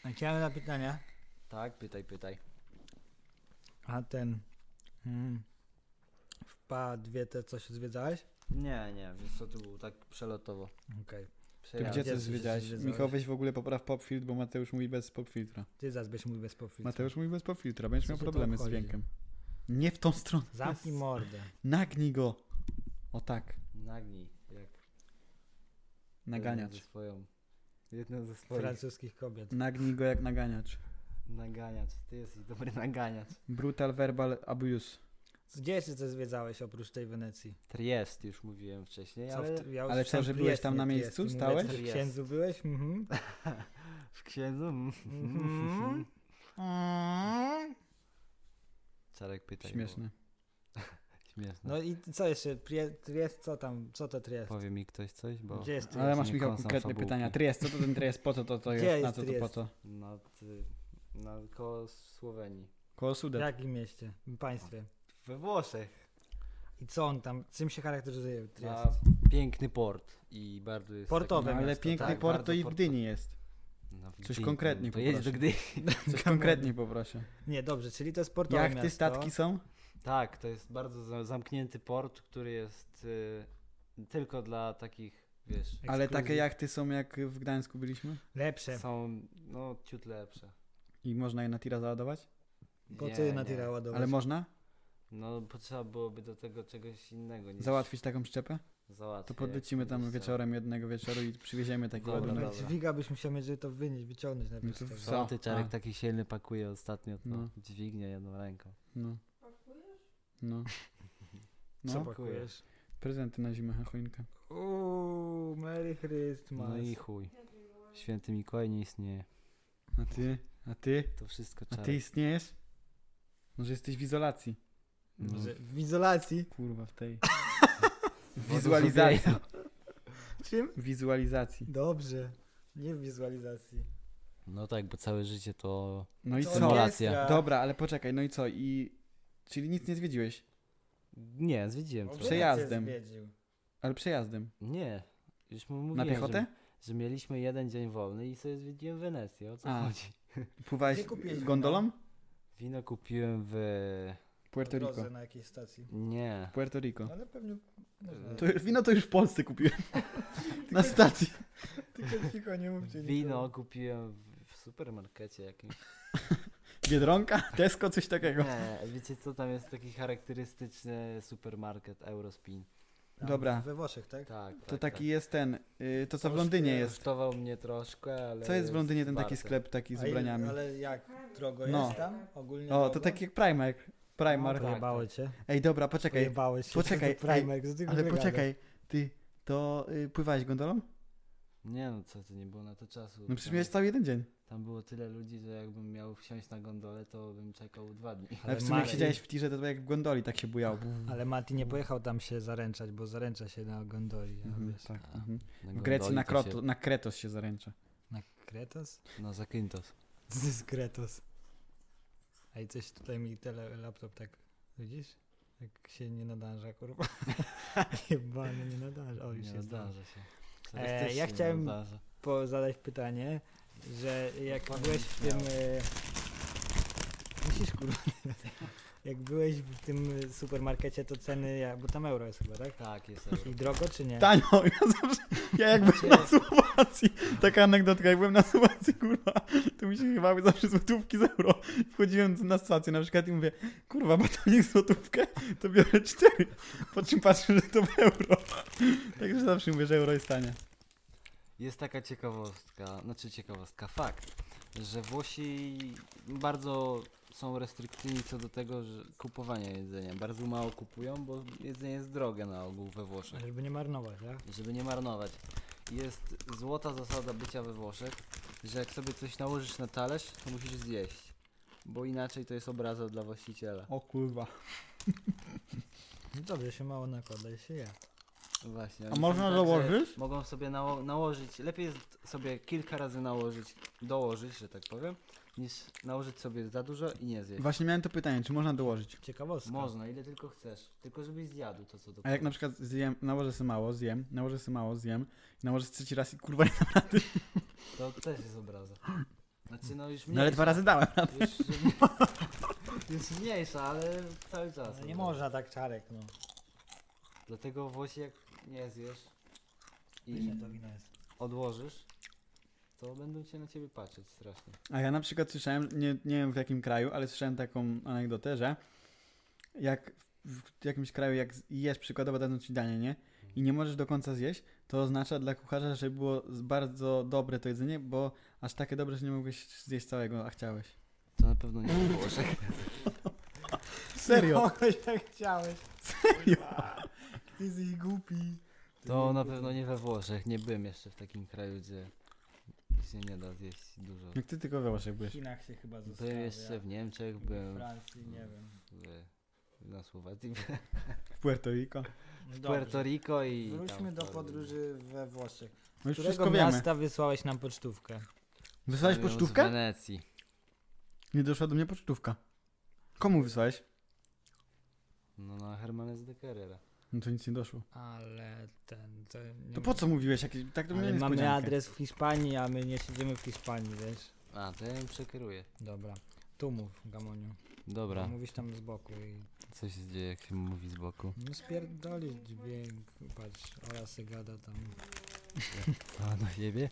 [SPEAKER 1] ja. Chciałem na pytania.
[SPEAKER 3] Tak, pytaj, pytaj.
[SPEAKER 1] A ten... Mm, wpadł, wie te, coś zwiedzałeś?
[SPEAKER 3] Nie, nie, wiesz co, tu było tak przelotowo.
[SPEAKER 1] Okej.
[SPEAKER 2] Ty
[SPEAKER 1] Ja
[SPEAKER 2] gdzie
[SPEAKER 1] gdzie
[SPEAKER 2] coś
[SPEAKER 1] coś
[SPEAKER 2] zwiedziałeś?
[SPEAKER 1] zwiedzałeś?
[SPEAKER 2] Michał, weź w ogóle popraw popfiltr, bo Mateusz mówi bez popfiltra.
[SPEAKER 1] Ty zazbyś mój bez popfiltra.
[SPEAKER 2] Mateusz mówi bez popfiltra, będziesz
[SPEAKER 1] Co
[SPEAKER 2] miał
[SPEAKER 1] cię to
[SPEAKER 2] problemy z
[SPEAKER 1] obchodzi?
[SPEAKER 2] dźwiękiem. Nie w tą stronę.
[SPEAKER 1] Zamknij mordę.
[SPEAKER 2] Nagnij go. O tak,
[SPEAKER 3] Nagnij, jak jedną ze
[SPEAKER 2] naganiacz.
[SPEAKER 3] swoją. Jedną ze swoich.
[SPEAKER 1] Francuskich kobiet.
[SPEAKER 2] Nagnij go jak naganiacz.
[SPEAKER 3] Naganiacz, ty jesteś dobry naganiacz.
[SPEAKER 2] Brutal verbal abuse.
[SPEAKER 1] Gdzie jeszcze co zwiedzałeś oprócz tej Wenecji?
[SPEAKER 3] Triest już mówiłem wcześniej,
[SPEAKER 1] Co
[SPEAKER 3] ale
[SPEAKER 1] w- ja
[SPEAKER 2] ale co,
[SPEAKER 1] usłyszałem
[SPEAKER 2] że
[SPEAKER 1] Triest,
[SPEAKER 2] byłeś tam
[SPEAKER 1] nie
[SPEAKER 2] na
[SPEAKER 1] Triest.
[SPEAKER 2] miejscu?
[SPEAKER 1] Mówię,
[SPEAKER 2] Stałeś?
[SPEAKER 1] że W
[SPEAKER 3] Triest.
[SPEAKER 1] księdzu byłeś? Mhm.
[SPEAKER 3] w księdzu... mm,
[SPEAKER 1] Mhm.
[SPEAKER 3] Czarek pytaj. bo
[SPEAKER 2] Śmieszne.
[SPEAKER 3] Śmieszne.
[SPEAKER 1] No i co jeszcze? Trie- Triest, co tam? Co to Triest?
[SPEAKER 3] Powie mi ktoś coś, bo...
[SPEAKER 1] Gdzie jest Triest?
[SPEAKER 2] No, Ale masz
[SPEAKER 3] nie
[SPEAKER 2] Michał
[SPEAKER 3] kąsam
[SPEAKER 2] konkretne
[SPEAKER 3] fabułki.
[SPEAKER 2] pytania. Triest, co to ten Triest, po co to, to
[SPEAKER 1] Gdzie
[SPEAKER 2] jest, na
[SPEAKER 1] jest
[SPEAKER 2] co to, po
[SPEAKER 1] Triest?
[SPEAKER 2] co?
[SPEAKER 3] Nad... y, Na, koło Słowenii.
[SPEAKER 2] Koło
[SPEAKER 1] W
[SPEAKER 2] Sudet.
[SPEAKER 1] jakim mieście? W państwie?
[SPEAKER 3] We Włoszech.
[SPEAKER 1] I co on tam? Czym się charakteryzuje Triest?
[SPEAKER 3] Ma piękny port i bardzo jest...
[SPEAKER 1] Portowy.
[SPEAKER 2] No,
[SPEAKER 1] Nowe
[SPEAKER 2] ale
[SPEAKER 1] miasto,
[SPEAKER 2] piękny
[SPEAKER 3] tak,
[SPEAKER 2] port to
[SPEAKER 3] bardzo
[SPEAKER 2] i w
[SPEAKER 3] port-
[SPEAKER 2] Gdyni jest.
[SPEAKER 3] Taki, no, w
[SPEAKER 2] Coś
[SPEAKER 3] Gdyni.
[SPEAKER 2] konkretnie
[SPEAKER 3] To jedź
[SPEAKER 2] poproszę.
[SPEAKER 3] do Gdyni.
[SPEAKER 2] Coś konkretnie poproszę.
[SPEAKER 1] Nie, dobrze, czyli to jest portowe
[SPEAKER 2] Jak te
[SPEAKER 1] miasto.
[SPEAKER 2] statki są?
[SPEAKER 3] (laughs) Tak, to jest bardzo za- zamknięty port, który jest y, tylko dla takich, wiesz,
[SPEAKER 2] Ale
[SPEAKER 1] Exclusive.
[SPEAKER 2] takie jachty są jak w Gdańsku byliśmy?
[SPEAKER 1] Lepsze.
[SPEAKER 3] są no ciut lepsze.
[SPEAKER 2] I można je na tira załadować?
[SPEAKER 1] Po
[SPEAKER 3] Nie,
[SPEAKER 1] co je na
[SPEAKER 3] nie.
[SPEAKER 1] tyle ładować?
[SPEAKER 2] Ale można?
[SPEAKER 3] No potrzeba byłoby do tego czegoś innego niż
[SPEAKER 2] Załatwić taką szczepę? To
[SPEAKER 3] załatwię,
[SPEAKER 2] podlecimy
[SPEAKER 3] jak
[SPEAKER 2] tam
[SPEAKER 3] będzie
[SPEAKER 2] wieczorem jednego wieczoru i przywieziemy taki
[SPEAKER 3] Dobra,
[SPEAKER 2] ładunek.
[SPEAKER 3] dobra.
[SPEAKER 1] Dźwiga byś musiał mieć, żeby to wynieść, wyciągnąć najpierw.
[SPEAKER 2] No to
[SPEAKER 1] z
[SPEAKER 3] trzeba.
[SPEAKER 1] tego.
[SPEAKER 2] Co?
[SPEAKER 3] Co? Ty Czarek
[SPEAKER 2] A.
[SPEAKER 3] taki silny pakuje ostatnio, to
[SPEAKER 2] No.
[SPEAKER 3] dźwignie jedną ręką.
[SPEAKER 2] No,
[SPEAKER 4] Pakujesz?
[SPEAKER 3] (laughs)
[SPEAKER 2] no.
[SPEAKER 1] Co
[SPEAKER 2] No,
[SPEAKER 1] pakujesz?
[SPEAKER 2] prezenty na zimę, choinkę.
[SPEAKER 1] Uuu, Merry Christmas.
[SPEAKER 3] No i chuj.
[SPEAKER 4] Jak nie było?
[SPEAKER 3] Święty Mikołaj nie istnieje.
[SPEAKER 2] A ty? A ty?
[SPEAKER 3] To wszystko
[SPEAKER 2] A ty
[SPEAKER 3] Czarek.
[SPEAKER 2] istniejesz? Może jesteś w izolacji?
[SPEAKER 3] No.
[SPEAKER 1] Że W izolacji.
[SPEAKER 2] Kurwa, w
[SPEAKER 3] (laughs)
[SPEAKER 2] tej... Wizualizacji.
[SPEAKER 1] Czym?
[SPEAKER 2] Wizualizacji.
[SPEAKER 1] Dobrze. Nie w wizualizacji.
[SPEAKER 3] No tak, bo całe życie to
[SPEAKER 2] No i
[SPEAKER 1] To
[SPEAKER 2] co?
[SPEAKER 3] Symulacja.
[SPEAKER 1] orkiestra.
[SPEAKER 2] Dobra, ale poczekaj, no i co? I... Czyli nic nie zwiedziłeś?
[SPEAKER 3] nie, zwiedziłem
[SPEAKER 1] Obraz
[SPEAKER 3] to.
[SPEAKER 1] się
[SPEAKER 2] Przejazdem.
[SPEAKER 1] zwiedził.
[SPEAKER 2] Ale przejazdem.
[SPEAKER 3] Nie. Już mu mówiłem,
[SPEAKER 2] Na piechotę?
[SPEAKER 3] Że, że mieliśmy jeden dzień wolny i sobie zwiedziłem Wenecję. O co
[SPEAKER 2] A.
[SPEAKER 3] chodzi?
[SPEAKER 2] Pływałeś
[SPEAKER 1] Gdzie kupiłeś wino?
[SPEAKER 2] gondolą?
[SPEAKER 3] Wino kupiłem w...
[SPEAKER 2] Puerto
[SPEAKER 1] Po drodze
[SPEAKER 2] Rico.
[SPEAKER 1] na jakiejś stacji.
[SPEAKER 3] Nie.
[SPEAKER 2] Puerto Rico.
[SPEAKER 1] Ale pewnie... No, no.
[SPEAKER 2] To, wino to już w
[SPEAKER 1] (laughs)
[SPEAKER 2] Polsce kupiłem. Na stacji.
[SPEAKER 1] Tylko cicho nie mówcie.
[SPEAKER 3] Wino kupiłem w, w supermarkecie jakimś.
[SPEAKER 2] Biedronka, Tesco, coś takiego.
[SPEAKER 3] Nie, wiecie co, tam jest taki charakterystyczny supermarket Eurospin.
[SPEAKER 1] Tam
[SPEAKER 2] Dobra.
[SPEAKER 1] We Włoszech, tak?
[SPEAKER 3] Tak, tak
[SPEAKER 2] To taki jest ten, y, to co w Londynie jest.
[SPEAKER 3] Kosztował mnie troszkę, ale...
[SPEAKER 2] Co jest w Londynie ten taki
[SPEAKER 3] warte.
[SPEAKER 2] sklep taki z
[SPEAKER 1] A ile-
[SPEAKER 2] ubraniami?
[SPEAKER 1] Ale jak drogo
[SPEAKER 2] No.
[SPEAKER 1] jest tam? Ogólnie
[SPEAKER 2] O,
[SPEAKER 1] drogo?
[SPEAKER 2] to taki jak Primark. Primark.
[SPEAKER 3] No tak.
[SPEAKER 1] Pojebało cię.
[SPEAKER 2] Ej, dobra, poczekaj,
[SPEAKER 1] Pojebałeś się.
[SPEAKER 2] Poczekaj,
[SPEAKER 1] Co to (laughs) Primark, co ty
[SPEAKER 2] ale
[SPEAKER 1] gadasz?
[SPEAKER 2] poczekaj. Ty, to y, pływałeś gondolą?
[SPEAKER 3] Nie no, co ty, nie było na to czasu.
[SPEAKER 2] No przecież miałeś cały jeden dzień.
[SPEAKER 3] Tam było tyle ludzi, że jakbym miał wsiąść na gondolę, to bym czekał dwa dni.
[SPEAKER 2] Ale w sumie jak siedziałeś w tirze, to, to jak w gondoli tak się bujał.
[SPEAKER 3] No,
[SPEAKER 1] Ale Mati nie pojechał tam się zaręczać, bo zaręcza się na gondoli, a
[SPEAKER 2] Mhm,
[SPEAKER 1] wiesz,
[SPEAKER 2] tak,
[SPEAKER 3] A,
[SPEAKER 2] mhm.
[SPEAKER 3] Na
[SPEAKER 2] W Grecji
[SPEAKER 3] gondoli
[SPEAKER 2] na,
[SPEAKER 3] No, to
[SPEAKER 2] kroto, na Kretos się zaręcza.
[SPEAKER 1] na Kretos?
[SPEAKER 3] Się, na Zakyntos.
[SPEAKER 1] Co (laughs) to jest Kretos? Ej, coś tutaj mi tele, laptop tak, widzisz? Jak się nie nadąża, kurwa. (laughs) Jebany, nie nadąża. O, już
[SPEAKER 3] nie
[SPEAKER 1] jest.
[SPEAKER 3] zdarza się.
[SPEAKER 1] E,
[SPEAKER 3] Teraz też
[SPEAKER 1] ja
[SPEAKER 3] się nie
[SPEAKER 1] chciałem-
[SPEAKER 3] nadarzy.
[SPEAKER 1] Po, zadać pytanie, że jak
[SPEAKER 3] Pan
[SPEAKER 1] byłeś w tym...
[SPEAKER 3] miał.
[SPEAKER 1] E, musisz, kurwa. (laughs) jak byłeś w tym e, supermarkecie, to ceny, ja- bo tam euro jest chyba, tak?
[SPEAKER 3] Tak, jest
[SPEAKER 1] I drogo, czy nie?
[SPEAKER 2] Tanio, (laughs) ja zawsze, ja jak byłem na Słowacji, taka anegdotka, jak byłem na Słowacji, kurwa, to mi się chyba zawsze złotówki z euro. Wchodziłem na stację na przykład i mówię, kurwa, bo to nie złotówkę, to biorę cztery, po czym patrzę, że to w euro. Także zawsze mówię, że euro jest tanie.
[SPEAKER 3] Jest taka ciekawostka, znaczy ciekawostka, fakt, że Włosi bardzo są restrykcyjni co do tego że kupowania jedzenia. Bardzo mało kupują, bo jedzenie jest drogie na ogół we Włoszech.
[SPEAKER 1] Żeby nie marnować, tak?
[SPEAKER 3] Żeby nie marnować. Jest złota zasada bycia we Włoszech, że jak sobie coś nałożysz na talerz, to musisz zjeść. Bo inaczej to jest obraza dla właściciela.
[SPEAKER 2] O kurwa.
[SPEAKER 1] No dobrze, się mało nakłada i się je.
[SPEAKER 3] Właśnie.
[SPEAKER 2] A
[SPEAKER 3] oni są
[SPEAKER 2] można
[SPEAKER 3] tak, że
[SPEAKER 2] założyć?
[SPEAKER 3] Mogą sobie nało- nałożyć, lepiej jest sobie kilka razy nałożyć, dołożyć, że tak powiem, niż nałożyć sobie za dużo i nie zjeść.
[SPEAKER 2] Właśnie miałem to pytanie, czy można dołożyć?
[SPEAKER 1] Ciekawostka.
[SPEAKER 3] Można, ile tylko chcesz, tylko żebyś zjadł to, co do
[SPEAKER 2] A jak na przykład zjem, nałożę sobie mało, zjem, nałożę sobie mało, zjem, nałożę sobie trzeci raz i kurwa nie
[SPEAKER 3] To też jest obraza. Znaczy no już
[SPEAKER 2] No ale
[SPEAKER 3] mniejsza,
[SPEAKER 2] dwa razy dałem.
[SPEAKER 3] już, (laughs) już mniejsza, ale cały czas.
[SPEAKER 1] No nie
[SPEAKER 3] obraza.
[SPEAKER 1] można tak czarek, no.
[SPEAKER 3] Dlatego Włosi jak nie zjesz i
[SPEAKER 1] Ile to wino jest?
[SPEAKER 3] odłożysz, to będą się na ciebie patrzeć strasznie.
[SPEAKER 2] A ja na przykład słyszałem, nie, nie wiem w jakim kraju, ale słyszałem taką anegdotę, że jak w w jakimś kraju, jak z- jesz przykładowo dadzą ci danie, nie? I nie możesz do końca zjeść, to oznacza dla kucharza, że było z- bardzo dobre to jedzenie, bo aż takie dobre, że nie mogłeś zjeść całego, a chciałeś.
[SPEAKER 3] To na pewno nie w Włoszech.
[SPEAKER 2] Serio.
[SPEAKER 1] (laughs) Mogłeś tak chciałeś.
[SPEAKER 2] Ty jesteś głupi.
[SPEAKER 3] (laughs) To na pewno nie we Włoszech, nie byłem jeszcze w takim kraju, gdzie się nie da zjeść dużo.
[SPEAKER 2] Jak ty tylko we Włoszech
[SPEAKER 1] W
[SPEAKER 2] byłeś.
[SPEAKER 1] Chinach się chyba zostało.
[SPEAKER 3] Byłem jeszcze w Niemczech, byłem
[SPEAKER 1] Francji, nie wiem.
[SPEAKER 3] w, na Słowacji, (laughs)
[SPEAKER 2] W Puerto Rico.
[SPEAKER 3] w Puerto Rico i
[SPEAKER 1] No Wróćmy
[SPEAKER 3] tam
[SPEAKER 1] do
[SPEAKER 3] to-
[SPEAKER 1] podróży we Włoszech.
[SPEAKER 2] No już
[SPEAKER 1] Którego
[SPEAKER 2] wszystko wiemy.
[SPEAKER 1] miasta wysłałeś nam pocztówkę?
[SPEAKER 2] Wysłałeś
[SPEAKER 3] Panią z
[SPEAKER 2] pocztówkę?
[SPEAKER 3] Wenecji.
[SPEAKER 2] Nie doszła do mnie pocztówka. Komu wysłałeś?
[SPEAKER 3] No na Hermanes de Carrera.
[SPEAKER 2] No to nic nie doszło.
[SPEAKER 1] Ale ten... To, nie
[SPEAKER 2] To po co mówiłeś? Jakieś, tak to
[SPEAKER 1] Ale
[SPEAKER 2] miałem
[SPEAKER 1] mamy
[SPEAKER 2] niespodziankę.
[SPEAKER 1] adres w Hiszpanii, a my nie siedzimy w Hiszpanii, wiesz?
[SPEAKER 3] A, to ja ją przekieruję.
[SPEAKER 1] Dobra. Tu mów, Gamoniu.
[SPEAKER 3] Dobra,
[SPEAKER 1] Mówisz tam z boku i...
[SPEAKER 3] co się dzieje jak się mówi z boku?
[SPEAKER 1] No spierdolisz dźwięk, patrz, Ola se gada tam.
[SPEAKER 3] A do siebie?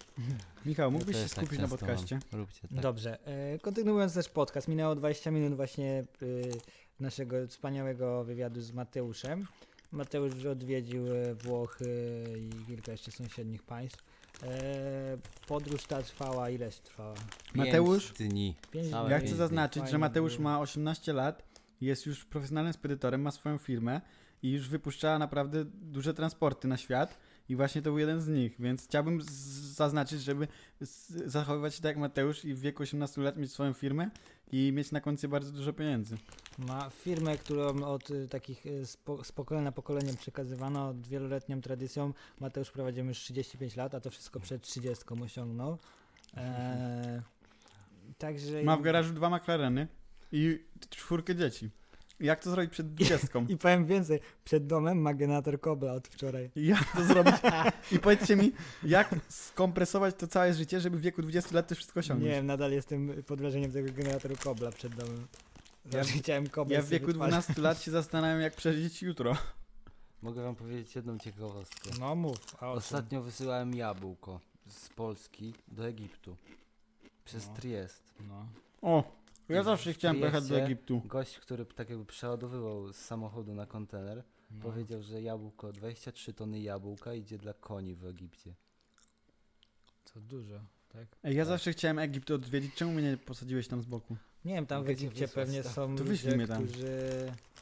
[SPEAKER 2] Michał,
[SPEAKER 3] Ja
[SPEAKER 2] mógłbyś się
[SPEAKER 3] też tak
[SPEAKER 2] skupić na
[SPEAKER 3] często mam.
[SPEAKER 2] podcaście?
[SPEAKER 3] Róbcie tak.
[SPEAKER 1] Dobrze, e, kontynuując nasz podcast, minęło 20 minut właśnie e, naszego wspaniałego wywiadu z Mateuszem. Mateusz odwiedził e, Włochy i kilka jeszcze sąsiednich państw. E, Podróż ta trwała, ileś trwała?
[SPEAKER 3] Pięć
[SPEAKER 2] Mateusz?
[SPEAKER 3] dni.
[SPEAKER 1] Pięć
[SPEAKER 3] Całe
[SPEAKER 1] dni.
[SPEAKER 2] Ja
[SPEAKER 3] pięć
[SPEAKER 2] chcę
[SPEAKER 3] dni.
[SPEAKER 2] zaznaczyć, że
[SPEAKER 1] Fajnie
[SPEAKER 2] Mateusz
[SPEAKER 1] było.
[SPEAKER 2] ma 18 lat, jest już profesjonalnym spedytorem, ma swoją firmę i już wypuszcza naprawdę duże transporty na świat. I właśnie to był jeden z nich, więc chciałbym z- zaznaczyć, żeby z- zachowywać się tak jak Mateusz i w wieku 18 lat mieć swoją firmę i mieć na koncie bardzo dużo pieniędzy.
[SPEAKER 1] Ma firmę, którą od y, takich y, spo, z pokolenia na pokolenie przekazywano od wieloletnią tradycją. Mateusz prowadził już 35 lat, a to wszystko przed 30 osiągnął.
[SPEAKER 2] (laughs)
[SPEAKER 1] Eee, także.
[SPEAKER 2] Ma w garażu dwa McLareny i czwórkę dzieci. Jak to zrobić przed 20?
[SPEAKER 1] (laughs) I powiem więcej, przed domem ma generator kobla od wczoraj.
[SPEAKER 2] I Jak to zrobić? I powiedzcie mi, jak skompresować to całe życie, żeby w wieku 20 lat to wszystko osiągnąć?
[SPEAKER 1] Nie wiem, nadal jestem pod wrażeniem tego generatoru kobla przed domem. Zawsze
[SPEAKER 2] Ja-
[SPEAKER 1] chciałem kobla.
[SPEAKER 2] Ja w
[SPEAKER 1] sobie
[SPEAKER 2] wieku
[SPEAKER 1] wytwarzać.
[SPEAKER 2] 12 lat się zastanawiam, jak przeżyć jutro.
[SPEAKER 3] Mogę wam powiedzieć jedną ciekawostkę.
[SPEAKER 1] No mów, a o czym?
[SPEAKER 3] Ostatnio wysyłałem jabłko z Polski do Egiptu. Przez
[SPEAKER 1] No.
[SPEAKER 3] Triest.
[SPEAKER 1] No.
[SPEAKER 2] O, ja
[SPEAKER 3] I
[SPEAKER 2] zawsze
[SPEAKER 3] w
[SPEAKER 2] chciałem pojechać do
[SPEAKER 3] Trieste
[SPEAKER 2] Egiptu.
[SPEAKER 3] Gość, który tak jakby przeładowywał z samochodu na kontener,
[SPEAKER 1] No.
[SPEAKER 3] powiedział, że jabłko, 23 tony jabłka idzie dla koni w Egipcie.
[SPEAKER 1] To dużo, tak?
[SPEAKER 2] Ej, Ja zawsze chciałem Egipt odwiedzić. Czemu mnie nie posadziłeś tam z boku?
[SPEAKER 1] Nie wiem, tam w
[SPEAKER 3] Mogę cię
[SPEAKER 1] Egipcie
[SPEAKER 3] wysłać
[SPEAKER 1] pewnie
[SPEAKER 3] tam.
[SPEAKER 1] są
[SPEAKER 2] To wyślij
[SPEAKER 1] ludzie,
[SPEAKER 2] mnie tam.
[SPEAKER 1] którzy...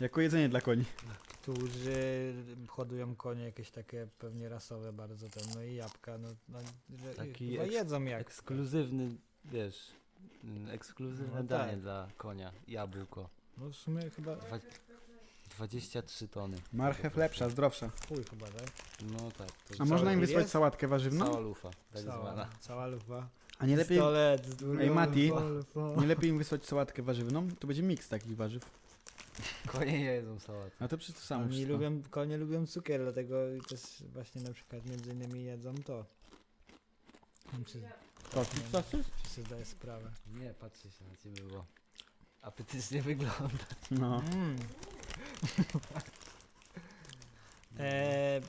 [SPEAKER 2] Jako jedzenie dla koni.
[SPEAKER 1] którzy hodują konie jakieś takie pewnie rasowe bardzo tam, no i jabłka, no, no, że-
[SPEAKER 3] Taki
[SPEAKER 1] chyba
[SPEAKER 3] eks-
[SPEAKER 1] jedzą jak.
[SPEAKER 3] Ekskluzywny, wiesz, mm, ekskluzywne
[SPEAKER 1] No
[SPEAKER 3] danie
[SPEAKER 1] tak.
[SPEAKER 3] dla konia. Jabłko.
[SPEAKER 1] No w sumie chyba,
[SPEAKER 3] Dwa, 23 tony.
[SPEAKER 2] Marchew lepsza, zdrowsza.
[SPEAKER 1] chuj chyba, tak?
[SPEAKER 3] No tak. To
[SPEAKER 2] A można No. im
[SPEAKER 1] jest?
[SPEAKER 2] wysłać sałatkę warzywną?
[SPEAKER 3] Cała lufa, tak
[SPEAKER 1] Cała,
[SPEAKER 3] zwana.
[SPEAKER 1] cała lufa.
[SPEAKER 2] A nie lepiej,
[SPEAKER 1] Pistolet, z dwóch-
[SPEAKER 2] Ej, Mati.
[SPEAKER 1] lufa, lufa.
[SPEAKER 2] nie lepiej im wysłać sałatkę warzywną? To będzie miks takich warzyw.
[SPEAKER 3] Konie jedzą sałatę.
[SPEAKER 2] A to przecież to samo
[SPEAKER 1] Oni
[SPEAKER 2] wszystko.
[SPEAKER 1] lubią, konie lubią cukier, dlatego też właśnie na przykład między innymi jedzą to. Nie wiem, Czy,
[SPEAKER 2] To, to, to.
[SPEAKER 1] czy sobie zdaję sprawę.
[SPEAKER 3] Nie, patrzę się na ciebie, bo apetycznie wygląda.
[SPEAKER 2] No.
[SPEAKER 1] Mm. Eee,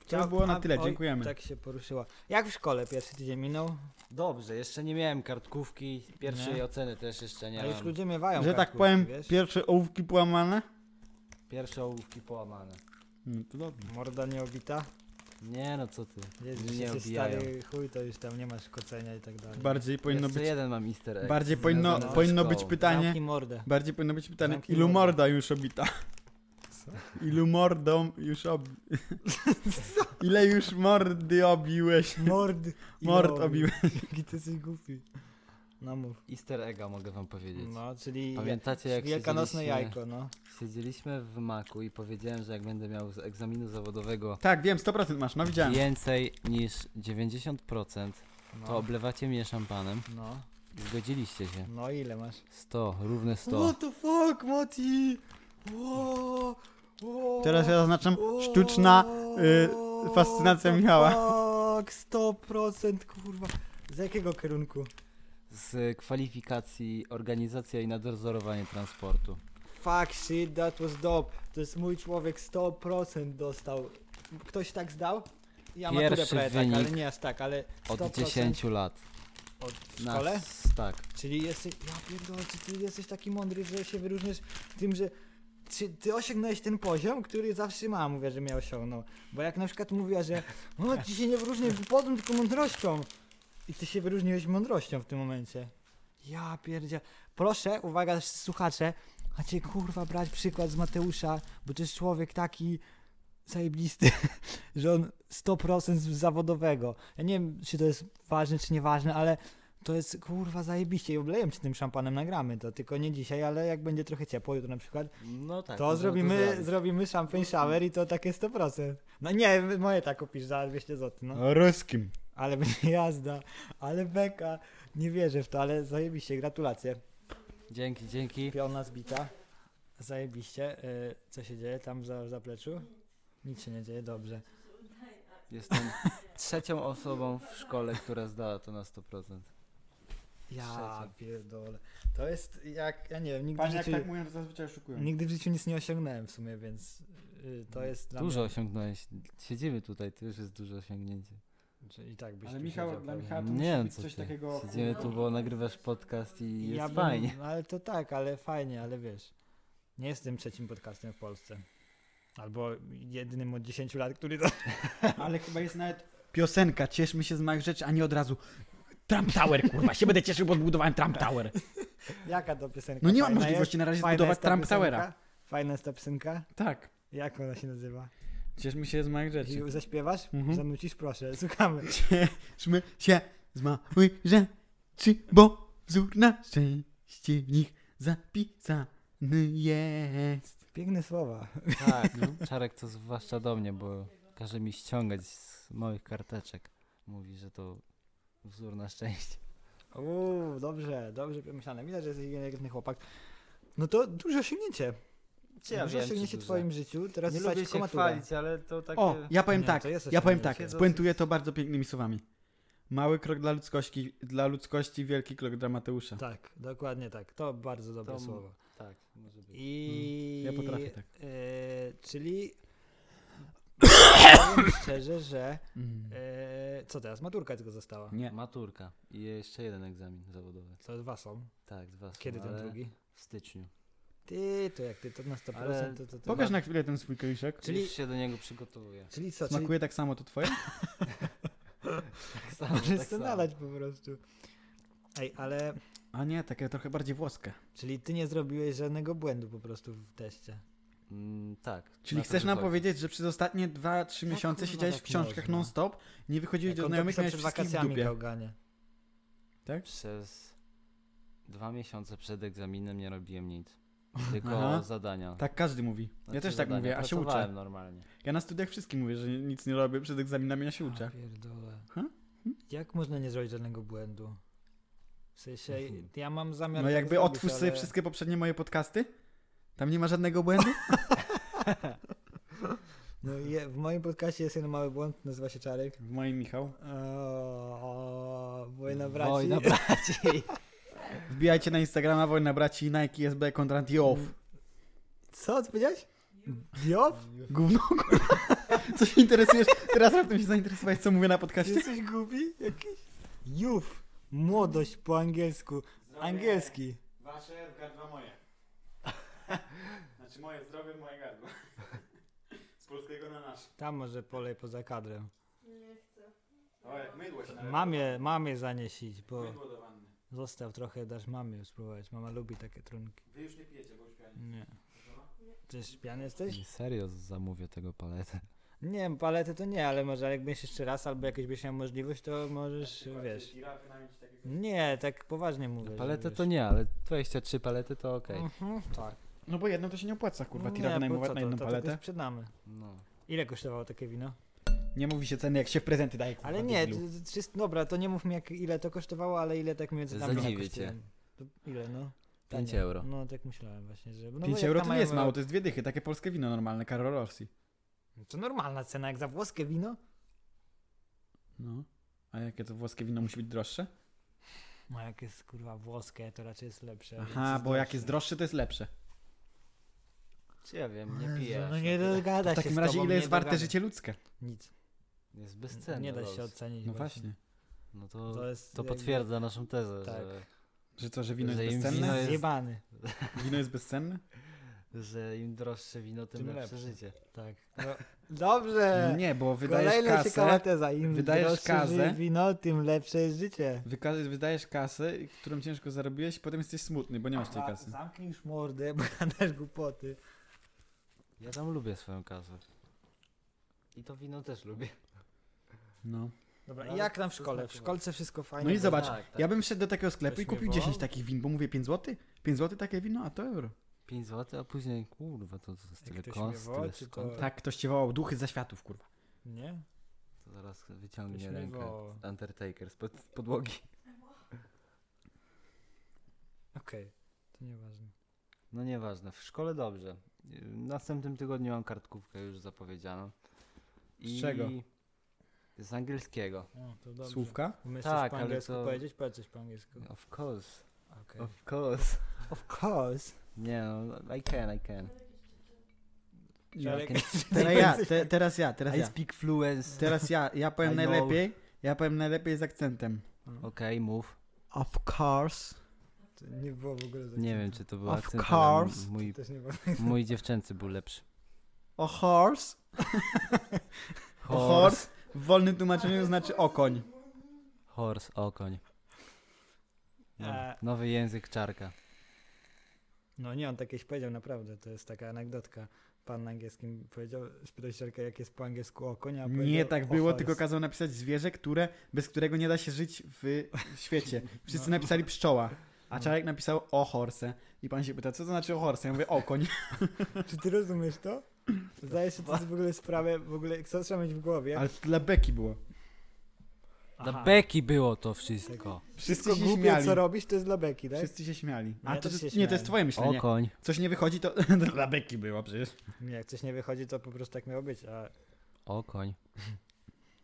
[SPEAKER 1] chciał-
[SPEAKER 2] było na
[SPEAKER 1] a-
[SPEAKER 2] tyle, dziękujemy.
[SPEAKER 1] tak się poruszyła. Jak w szkole pierwszy tydzień minął?
[SPEAKER 3] Dobrze, jeszcze nie miałem kartkówki, pierwszej
[SPEAKER 1] Nie.
[SPEAKER 3] oceny też jeszcze nie
[SPEAKER 1] A już
[SPEAKER 3] mam.
[SPEAKER 1] ludzie miewają
[SPEAKER 2] Że tak
[SPEAKER 1] kartkówki,
[SPEAKER 2] powiem,
[SPEAKER 1] wiesz?
[SPEAKER 2] pierwsze ołówki połamane?
[SPEAKER 3] Pierwsze ołówki połamane.
[SPEAKER 2] No to dobrze.
[SPEAKER 1] Morda nie obita.
[SPEAKER 3] Nie no, co ty.
[SPEAKER 1] Jest,
[SPEAKER 3] nie
[SPEAKER 1] nie
[SPEAKER 3] obijają.
[SPEAKER 1] stary chuj, to już tam nie masz kocenia i tak dalej.
[SPEAKER 2] Bardziej powinno
[SPEAKER 3] Jeszcze
[SPEAKER 2] być,
[SPEAKER 3] jeden mam easter egg.
[SPEAKER 2] bardziej powinno,
[SPEAKER 3] związany z
[SPEAKER 2] powinno być
[SPEAKER 3] szkołą.
[SPEAKER 2] pytanie,
[SPEAKER 1] Zamknij mordę.
[SPEAKER 2] bardziej powinno być pytanie,
[SPEAKER 1] Zamknij
[SPEAKER 2] ilu
[SPEAKER 1] mordę.
[SPEAKER 2] morda już obita? (laughs) Ilu mordą już ob... (laughs) Ile już mordy obiłeś?
[SPEAKER 1] Mord. i
[SPEAKER 2] (laughs) Mord
[SPEAKER 1] robi.
[SPEAKER 2] obiłeś.
[SPEAKER 1] (laughs) Jaki ty jesteś głupi. No mów.
[SPEAKER 3] Easter egga mogę wam powiedzieć.
[SPEAKER 1] No, czyli
[SPEAKER 3] Pamiętacie jak
[SPEAKER 1] wielkanocne
[SPEAKER 3] siedzieliśmy,
[SPEAKER 1] jajko, no.
[SPEAKER 3] siedzieliśmy w maku i powiedziałem, że jak będę miał z egzaminu zawodowego
[SPEAKER 2] Tak, wiem, 100% masz, no widziałem.
[SPEAKER 3] więcej niż 90%, to
[SPEAKER 1] No,
[SPEAKER 3] oblewacie mnie szampanem.
[SPEAKER 1] no.
[SPEAKER 3] Zgodziliście się.
[SPEAKER 1] no ile masz?
[SPEAKER 3] 100, równe 100.
[SPEAKER 1] the fuck, Mati? Wow, wow,
[SPEAKER 2] Teraz ja zaznaczam sztuczna y, fascynacja Michała.
[SPEAKER 1] Tak, 100% kurwa. Z jakiego kierunku?
[SPEAKER 3] Z kwalifikacji organizacja i nadzorowanie transportu.
[SPEAKER 1] Fuck shit, that was dope. To jest mój człowiek 100% dostał. Ktoś tak zdał? Ja maturę
[SPEAKER 3] Pierwszy
[SPEAKER 1] prawie tak, ale
[SPEAKER 3] wynik
[SPEAKER 1] nie aż tak, ale 100%
[SPEAKER 3] Od 10 lat.
[SPEAKER 1] od w
[SPEAKER 3] Na-
[SPEAKER 1] szkole?
[SPEAKER 3] s- Tak.
[SPEAKER 1] Czyli jesteś, ja pierdolę, czy ty jesteś taki mądry, że się wyróżnisz tym, że czy ty osiągnąłeś ten poziom, który zawsze mama mówiła, że mnie osiągnął. Bo jak na przykład mówiła, że no ci się nie wyróżnię głupotą, tylko mądrością. I ty się wyróżniłeś mądrością w tym momencie. Ja pierdzia. Proszę, uwaga słuchacze, macie kurwa brać przykład z Mateusza, bo to jest człowiek taki zajebisty, (laughs) że on 100% z zawodowego. Ja nie wiem, czy to jest ważne, czy nieważne, ale to jest kurwa zajebiście i oblejem się tym szampanem, nagramy to, tylko nie dzisiaj, ale jak będzie trochę ciepło, jutro na przykład,
[SPEAKER 3] No tak.
[SPEAKER 1] to
[SPEAKER 3] możemy
[SPEAKER 1] zrobimy,
[SPEAKER 3] zrobić.
[SPEAKER 1] zrobimy champagne shower i to takie 100%. No nie, moje tak kupisz za 200 zł, no.
[SPEAKER 2] O ruskim.
[SPEAKER 1] Ale będzie jazda, ale beka. Nie wierzę w to, ale zajebiście, gratulacje.
[SPEAKER 3] Dzięki, dzięki.
[SPEAKER 1] Piona zbita. Zajebiście. Y, Co się dzieje tam za w zapleczu? Nic się nie dzieje, dobrze.
[SPEAKER 3] Jestem trzecią osobą w szkole, która zdała to na 100%.
[SPEAKER 1] Ja
[SPEAKER 3] Trzecia.
[SPEAKER 1] pierdolę. To jest jak, ja nie wiem, nigdy, w
[SPEAKER 2] Panie, jak
[SPEAKER 1] życiu,
[SPEAKER 2] tak mówią, to zazwyczaj oszukują.
[SPEAKER 1] nigdy w życiu nic nie osiągnąłem w sumie, więc y, to jest dla
[SPEAKER 3] Dużo
[SPEAKER 1] mnie-
[SPEAKER 3] osiągnąłeś. Siedzimy tutaj, to już jest duże osiągnięcie.
[SPEAKER 1] Czy I tak byś
[SPEAKER 2] Ale
[SPEAKER 1] tu
[SPEAKER 2] Michał,
[SPEAKER 1] siedział
[SPEAKER 2] dla
[SPEAKER 1] pewnie.
[SPEAKER 2] Michała to
[SPEAKER 3] Nie
[SPEAKER 2] musi
[SPEAKER 3] wiem,
[SPEAKER 2] być
[SPEAKER 3] co
[SPEAKER 2] coś
[SPEAKER 3] ty.
[SPEAKER 2] takiego...
[SPEAKER 3] Siedzimy tu, bo nagrywasz podcast i jest
[SPEAKER 1] Ja bym-
[SPEAKER 3] fajnie.
[SPEAKER 1] Ale to tak, ale fajnie, ale wiesz. Nie jestem trzecim podcastem w Polsce. Albo jedynym od 10 lat, który to (laughs)
[SPEAKER 2] Ale chyba jest nawet piosenka Cieszmy się z małych rzeczy, a nie od razu Trump Tower, kurwa, się będę cieszył, bo odbudowałem Trump Tower.
[SPEAKER 1] Jaka to piosenka?
[SPEAKER 2] No nie mam
[SPEAKER 1] Fajna
[SPEAKER 2] możliwości
[SPEAKER 1] jest?
[SPEAKER 2] na razie
[SPEAKER 1] Fajna
[SPEAKER 2] zbudować
[SPEAKER 1] jest ta
[SPEAKER 2] Trump
[SPEAKER 1] piosenka?
[SPEAKER 2] Towera.
[SPEAKER 1] Fajna jest ta piosenka?
[SPEAKER 2] Tak.
[SPEAKER 1] Jak ona się nazywa?
[SPEAKER 2] Cieszmy się z małych Tak rzeczy.
[SPEAKER 1] Jeśli zaśpiewasz?
[SPEAKER 2] Mhm.
[SPEAKER 1] Zanucisz? Proszę, (laughs) słuchamy.
[SPEAKER 2] Cieszmy się z małych rzeczy, bo wzór na szczęście w nich zapisany jest.
[SPEAKER 1] Piękne słowa.
[SPEAKER 3] Tak, Czarek to zwłaszcza do mnie, bo każe mi ściągać z małych karteczek. Mówi, że to wzór na szczęście.
[SPEAKER 1] Uuu, dobrze, dobrze pomyślane. Widać, że jesteś inteligentny chłopak. No to duże osiągnięcie. duże osiągnięcie w twoim życiu. Teraz
[SPEAKER 3] Nie
[SPEAKER 1] stać
[SPEAKER 3] lubię się
[SPEAKER 1] komatura.
[SPEAKER 3] chwalić, ale to takie...
[SPEAKER 2] O, ja powiem
[SPEAKER 1] Nie,
[SPEAKER 2] tak,
[SPEAKER 1] to jest coś
[SPEAKER 2] ja powiem
[SPEAKER 1] takiego.
[SPEAKER 2] tak, spuentuję to bardzo pięknymi słowami. Mały krok dla ludzkości, dla ludzkości wielki krok dla Mateusza.
[SPEAKER 1] Tak, dokładnie tak. To bardzo dobre
[SPEAKER 3] To-
[SPEAKER 1] słowo.
[SPEAKER 3] Tak, może być.
[SPEAKER 1] I...
[SPEAKER 2] Ja potrafię tak.
[SPEAKER 1] y,
[SPEAKER 2] (coughs)
[SPEAKER 1] czyli... powiem szczerze, że...
[SPEAKER 2] Mm.
[SPEAKER 1] y, co teraz? Maturka tylko została.
[SPEAKER 2] Nie.
[SPEAKER 3] Maturka i jeszcze jeden egzamin zawodowy.
[SPEAKER 1] To dwa są.
[SPEAKER 3] Tak, dwa są,
[SPEAKER 1] Kiedy ten
[SPEAKER 3] ale
[SPEAKER 1] drugi?
[SPEAKER 3] W styczniu.
[SPEAKER 1] Ty, to jak ty, to na 100%
[SPEAKER 3] Ale
[SPEAKER 1] to, to, to
[SPEAKER 2] Pokaż
[SPEAKER 1] ma-
[SPEAKER 2] na chwilę ten swój kieliszek.
[SPEAKER 1] Czyli-
[SPEAKER 3] Czyli Już się do niego
[SPEAKER 2] (laughs)
[SPEAKER 3] przygotowuję.
[SPEAKER 1] Czyli co, czyli (laughs)
[SPEAKER 2] Smakuje tak samo to twoje?
[SPEAKER 3] Tak samo,
[SPEAKER 1] możesz
[SPEAKER 3] tak
[SPEAKER 1] to
[SPEAKER 3] samo.
[SPEAKER 1] nalać po prostu. Ej, ale,
[SPEAKER 2] A nie, takie trochę bardziej włoskie.
[SPEAKER 1] czyli ty nie zrobiłeś żadnego błędu po prostu w teście.
[SPEAKER 3] Mm, tak.
[SPEAKER 2] Czyli
[SPEAKER 3] na to
[SPEAKER 2] chcesz nam
[SPEAKER 3] wychodzi.
[SPEAKER 2] powiedzieć, że przez ostatnie 2-3
[SPEAKER 1] Jak
[SPEAKER 2] miesiące
[SPEAKER 1] kurwa
[SPEAKER 2] siedziałeś w
[SPEAKER 1] tak
[SPEAKER 2] książkach
[SPEAKER 1] można?
[SPEAKER 2] non-stop, nie wychodziłeś
[SPEAKER 1] Jak
[SPEAKER 2] do
[SPEAKER 1] on
[SPEAKER 2] znajomych,
[SPEAKER 1] napisał przed
[SPEAKER 2] miałeś wszystkich w
[SPEAKER 1] wakacjami
[SPEAKER 2] dupie.
[SPEAKER 1] gałganie.
[SPEAKER 3] Przez dwa miesiące przed egzaminem nie robiłem
[SPEAKER 2] (laughs)
[SPEAKER 3] nic. Tylko
[SPEAKER 2] Aha.
[SPEAKER 3] zadania.
[SPEAKER 2] Tak każdy mówi. Ja
[SPEAKER 3] Znaczy
[SPEAKER 2] też tak
[SPEAKER 3] zadania.
[SPEAKER 2] mówię, a się
[SPEAKER 3] Pracowałem
[SPEAKER 2] uczę.
[SPEAKER 3] normalnie.
[SPEAKER 2] Ja na studiach wszystkim mówię, że nic nie robię przed egzaminami, ja się uczę.
[SPEAKER 1] pierdolę.
[SPEAKER 2] Ha?
[SPEAKER 1] Jak można nie zrobić żadnego błędu? W sensie,
[SPEAKER 3] Mhm.
[SPEAKER 1] ja mam zamiar...
[SPEAKER 2] No
[SPEAKER 1] tak
[SPEAKER 2] jakby
[SPEAKER 1] zrobić,
[SPEAKER 2] otwórz
[SPEAKER 1] ale-
[SPEAKER 2] sobie wszystkie poprzednie moje podcasty. Tam nie ma żadnego błędu.
[SPEAKER 1] No je, w moim podcastie jest jeden mały błąd, nazywa się Czarek.
[SPEAKER 2] W moim Michał.
[SPEAKER 1] O, wojna braci.
[SPEAKER 3] Wojna braci.
[SPEAKER 2] Wbijajcie na Instagrama Wojna Braci, Nike, SB, Kontrant i OFF.
[SPEAKER 1] (laughs) Co, co powiedziałeś? Diop?
[SPEAKER 2] Gówno, kurwa. (laughs) Co się interesujesz? Teraz raptem się zainteresowałeś, co mówię na podcaście?
[SPEAKER 1] Jesteś głupi jakiś? Youth. Młodość po angielsku. Angielski.
[SPEAKER 2] Wasze w gardła moje.
[SPEAKER 1] (laughs)
[SPEAKER 2] Znaczy moje zdrowie, moje gardło. Z polskiego na nasze.
[SPEAKER 1] Tam może polej poza kadrem.
[SPEAKER 4] Nie chcę.
[SPEAKER 2] O, jak mydło się
[SPEAKER 1] Mamie, mamie zaniesić, bo
[SPEAKER 2] Mydło do wanny.
[SPEAKER 1] zostaw trochę, dasz mamie spróbować. Mama lubi takie trunki.
[SPEAKER 2] Wy już nie pijecie, bo już pianie.
[SPEAKER 1] Nie. Ty śpiany jesteś?
[SPEAKER 3] Serio zamówię tego paletę.
[SPEAKER 1] Nie wiem, palety to nie, ale może jak będziesz jeszcze raz albo jakieś byś miał możliwość, to możesz, wiesz. Nie, tak poważnie
[SPEAKER 2] No,
[SPEAKER 1] mówię.
[SPEAKER 3] Paletę
[SPEAKER 1] że
[SPEAKER 3] to
[SPEAKER 1] wiesz.
[SPEAKER 3] nie, ale 23 palety to okej.
[SPEAKER 1] Mhm, tak.
[SPEAKER 2] No bo jedno to się nie opłaca, kurwa,
[SPEAKER 1] Nie,
[SPEAKER 2] tira
[SPEAKER 1] bo
[SPEAKER 2] wynajmować
[SPEAKER 1] co
[SPEAKER 2] na
[SPEAKER 1] to,
[SPEAKER 2] jedną
[SPEAKER 1] to
[SPEAKER 2] paletę.
[SPEAKER 1] tylko sprzedamy.
[SPEAKER 3] No.
[SPEAKER 1] Ile kosztowało takie wino?
[SPEAKER 2] Nie mówi się ceny, jak się w prezenty daje, kurwa,
[SPEAKER 1] Ale nie, no
[SPEAKER 2] debilu.
[SPEAKER 1] d- d- wszystko, dobra, to nie mów mi jak, ile to kosztowało, ale ile tak mniej więcej tam
[SPEAKER 3] Zadziwię
[SPEAKER 1] kosztuje.
[SPEAKER 3] cię.
[SPEAKER 1] To Ile no?
[SPEAKER 3] Pięć
[SPEAKER 1] Tanie.
[SPEAKER 3] euro.
[SPEAKER 1] No tak myślałem właśnie, że... No, bo
[SPEAKER 2] 5
[SPEAKER 1] jak
[SPEAKER 2] euro
[SPEAKER 1] tam
[SPEAKER 2] to nie jest
[SPEAKER 1] mają-
[SPEAKER 2] mało, to jest dwie dychy, takie polskie wino normalne, Karol Rossi.
[SPEAKER 1] To normalna cena, jak za włoskie wino?
[SPEAKER 2] No. A jakie to włoskie wino musi być droższe?
[SPEAKER 1] No jak jest kurwa włoskie, to raczej jest lepsze. więc
[SPEAKER 2] Aha, bo jak jest droższe, to jest lepsze.
[SPEAKER 3] Czy ja wiem,
[SPEAKER 1] Jezu,
[SPEAKER 3] nie piję.
[SPEAKER 1] No nie dogada
[SPEAKER 2] To
[SPEAKER 1] się
[SPEAKER 2] w takim
[SPEAKER 1] z
[SPEAKER 2] razie
[SPEAKER 1] tobą,
[SPEAKER 2] ile
[SPEAKER 1] nie
[SPEAKER 2] jest warte
[SPEAKER 1] dogada.
[SPEAKER 2] życie ludzkie?
[SPEAKER 1] Nic.
[SPEAKER 3] Jest bezcenne.
[SPEAKER 1] nie da
[SPEAKER 3] los.
[SPEAKER 1] się ocenić
[SPEAKER 2] No właśnie.
[SPEAKER 3] No to,
[SPEAKER 1] To
[SPEAKER 3] to,
[SPEAKER 1] jest jakby-
[SPEAKER 3] potwierdza naszą tezę,
[SPEAKER 1] Tak.
[SPEAKER 3] że
[SPEAKER 2] Że co, że wino
[SPEAKER 3] Że
[SPEAKER 2] jest
[SPEAKER 3] im wino
[SPEAKER 2] bezcenne?
[SPEAKER 3] jest-
[SPEAKER 1] Zjebany. (laughs)
[SPEAKER 2] Wino jest bezcenne?
[SPEAKER 3] że im droższe wino, tym,
[SPEAKER 2] Tym
[SPEAKER 3] lepsze
[SPEAKER 2] lepsze.
[SPEAKER 3] życie. Tak.
[SPEAKER 1] Dobrze!
[SPEAKER 2] Nie, bo wydajesz
[SPEAKER 1] Kolejna ciekawa
[SPEAKER 2] kasę,
[SPEAKER 1] teza. Im
[SPEAKER 2] wydajesz
[SPEAKER 1] droższe
[SPEAKER 2] kasę.
[SPEAKER 1] ży- wino, tym lepsze jest życie.
[SPEAKER 2] wyka- wydajesz kasę, którą ciężko zarobiłeś, potem jesteś smutny, bo nie masz tej
[SPEAKER 1] Za-
[SPEAKER 2] kasy.
[SPEAKER 1] Zamknij już mordę, bo gadasz głupoty.
[SPEAKER 3] Ja tam lubię swoją kasę. I to wino też lubię.
[SPEAKER 2] No.
[SPEAKER 1] Dobra,
[SPEAKER 3] No,
[SPEAKER 1] jak tam w
[SPEAKER 3] to
[SPEAKER 1] szkole? W
[SPEAKER 3] znaczy-
[SPEAKER 1] szkolce wszystko fajnie.
[SPEAKER 2] No i
[SPEAKER 1] było?
[SPEAKER 2] zobacz,
[SPEAKER 3] tak, tak.
[SPEAKER 2] ja bym wszedł do takiego sklepu i
[SPEAKER 3] Ktoś mnie
[SPEAKER 2] kupił
[SPEAKER 3] wołał?
[SPEAKER 2] 10 takich win, bo mówię 5 zł? 5 zł takie wino, a to euro.
[SPEAKER 3] 5 zł, a później kurwa, to, to jest
[SPEAKER 1] Jak
[SPEAKER 3] tyle
[SPEAKER 1] ktoś
[SPEAKER 3] kos,
[SPEAKER 1] mnie woła,
[SPEAKER 3] tyle
[SPEAKER 1] czy
[SPEAKER 3] skąd.
[SPEAKER 1] to-
[SPEAKER 2] Tak, ktoś cię wołał, duchy za światów, kurwa.
[SPEAKER 1] Nie?
[SPEAKER 3] To zaraz wyciągnie
[SPEAKER 1] Ktoś mnie
[SPEAKER 3] rękę.
[SPEAKER 1] woła.
[SPEAKER 3] Undertaker z pod, podłogi.
[SPEAKER 1] Okej, to nieważne.
[SPEAKER 3] No nieważne, w szkole dobrze. Yy, W następnym tygodniu mam kartkówkę już zapowiedzianą. I
[SPEAKER 2] czego?
[SPEAKER 3] Z angielskiego.
[SPEAKER 1] No, to dobrze.
[SPEAKER 2] Słówka?
[SPEAKER 1] Umiesz
[SPEAKER 3] Tak,
[SPEAKER 1] coś po
[SPEAKER 3] ale
[SPEAKER 1] angielsku
[SPEAKER 3] to-
[SPEAKER 1] powiedzieć? Powiedz coś po angielsku.
[SPEAKER 3] Of course,
[SPEAKER 1] Okej.
[SPEAKER 3] of course.
[SPEAKER 1] Of course.
[SPEAKER 3] Nie no, I can, I can.
[SPEAKER 1] Ale-
[SPEAKER 2] (laughs)
[SPEAKER 1] (laughs)
[SPEAKER 3] No
[SPEAKER 2] Teraz ja, te, teraz ja, teraz
[SPEAKER 3] I
[SPEAKER 2] ja.
[SPEAKER 3] speak fluence.
[SPEAKER 2] Teraz ja, ja powiem
[SPEAKER 3] I know.
[SPEAKER 2] najlepiej, ja powiem najlepiej z akcentem.
[SPEAKER 3] Okej, mów.
[SPEAKER 2] Of course.
[SPEAKER 1] To nie było w ogóle za
[SPEAKER 3] Nie wiem, czy to był
[SPEAKER 2] Of
[SPEAKER 3] akcent, ale
[SPEAKER 2] course.
[SPEAKER 1] To
[SPEAKER 3] mój,
[SPEAKER 1] też nie było.
[SPEAKER 3] mój dziewczęcy był lepszy.
[SPEAKER 2] O horse. O horse. W wolnym tłumaczeniu znaczy okoń.
[SPEAKER 3] Horse, okoń. No,
[SPEAKER 1] Eee.
[SPEAKER 3] Nowy język czarka.
[SPEAKER 1] No nie, on tak kiedyś powiedział, naprawdę, to jest taka anegdotka. Pan na angielskim powiedział, spytał siarkę, jak jest po angielsku o konia, a
[SPEAKER 2] Nie
[SPEAKER 1] powiedział
[SPEAKER 2] tak
[SPEAKER 1] o
[SPEAKER 2] było,
[SPEAKER 1] horse.
[SPEAKER 2] tylko kazał napisać zwierzę, które, bez którego nie da się żyć w świecie. Wszyscy
[SPEAKER 1] No.
[SPEAKER 2] napisali pszczoła, a Czarek napisał o horse. I pan się pyta, co to znaczy o horse? Ja mówię
[SPEAKER 1] (laughs)
[SPEAKER 2] okoń.
[SPEAKER 1] Czy ty rozumiesz
[SPEAKER 2] (clears throat)
[SPEAKER 1] to? Zdajesz sobie w ogóle sprawę, w ogóle co trzeba mieć w głowie?
[SPEAKER 2] Ale to dla beki było.
[SPEAKER 3] Dla beki było to wszystko.
[SPEAKER 2] Wszyscy
[SPEAKER 1] Wszystko
[SPEAKER 2] się
[SPEAKER 1] głupie,
[SPEAKER 2] śmiali.
[SPEAKER 1] co robisz, to jest dla beki, tak?
[SPEAKER 2] Wszyscy się śmiali.
[SPEAKER 1] No
[SPEAKER 2] A
[SPEAKER 1] ja
[SPEAKER 2] to,
[SPEAKER 1] też się
[SPEAKER 2] nie, to
[SPEAKER 1] śmiałem.
[SPEAKER 2] jest twoje myślenie.
[SPEAKER 3] Okoń.
[SPEAKER 2] Coś nie wychodzi, to (laughs) dla beki było przecież.
[SPEAKER 1] Nie, jak coś nie wychodzi, to po prostu tak miało być, a
[SPEAKER 3] Okoń.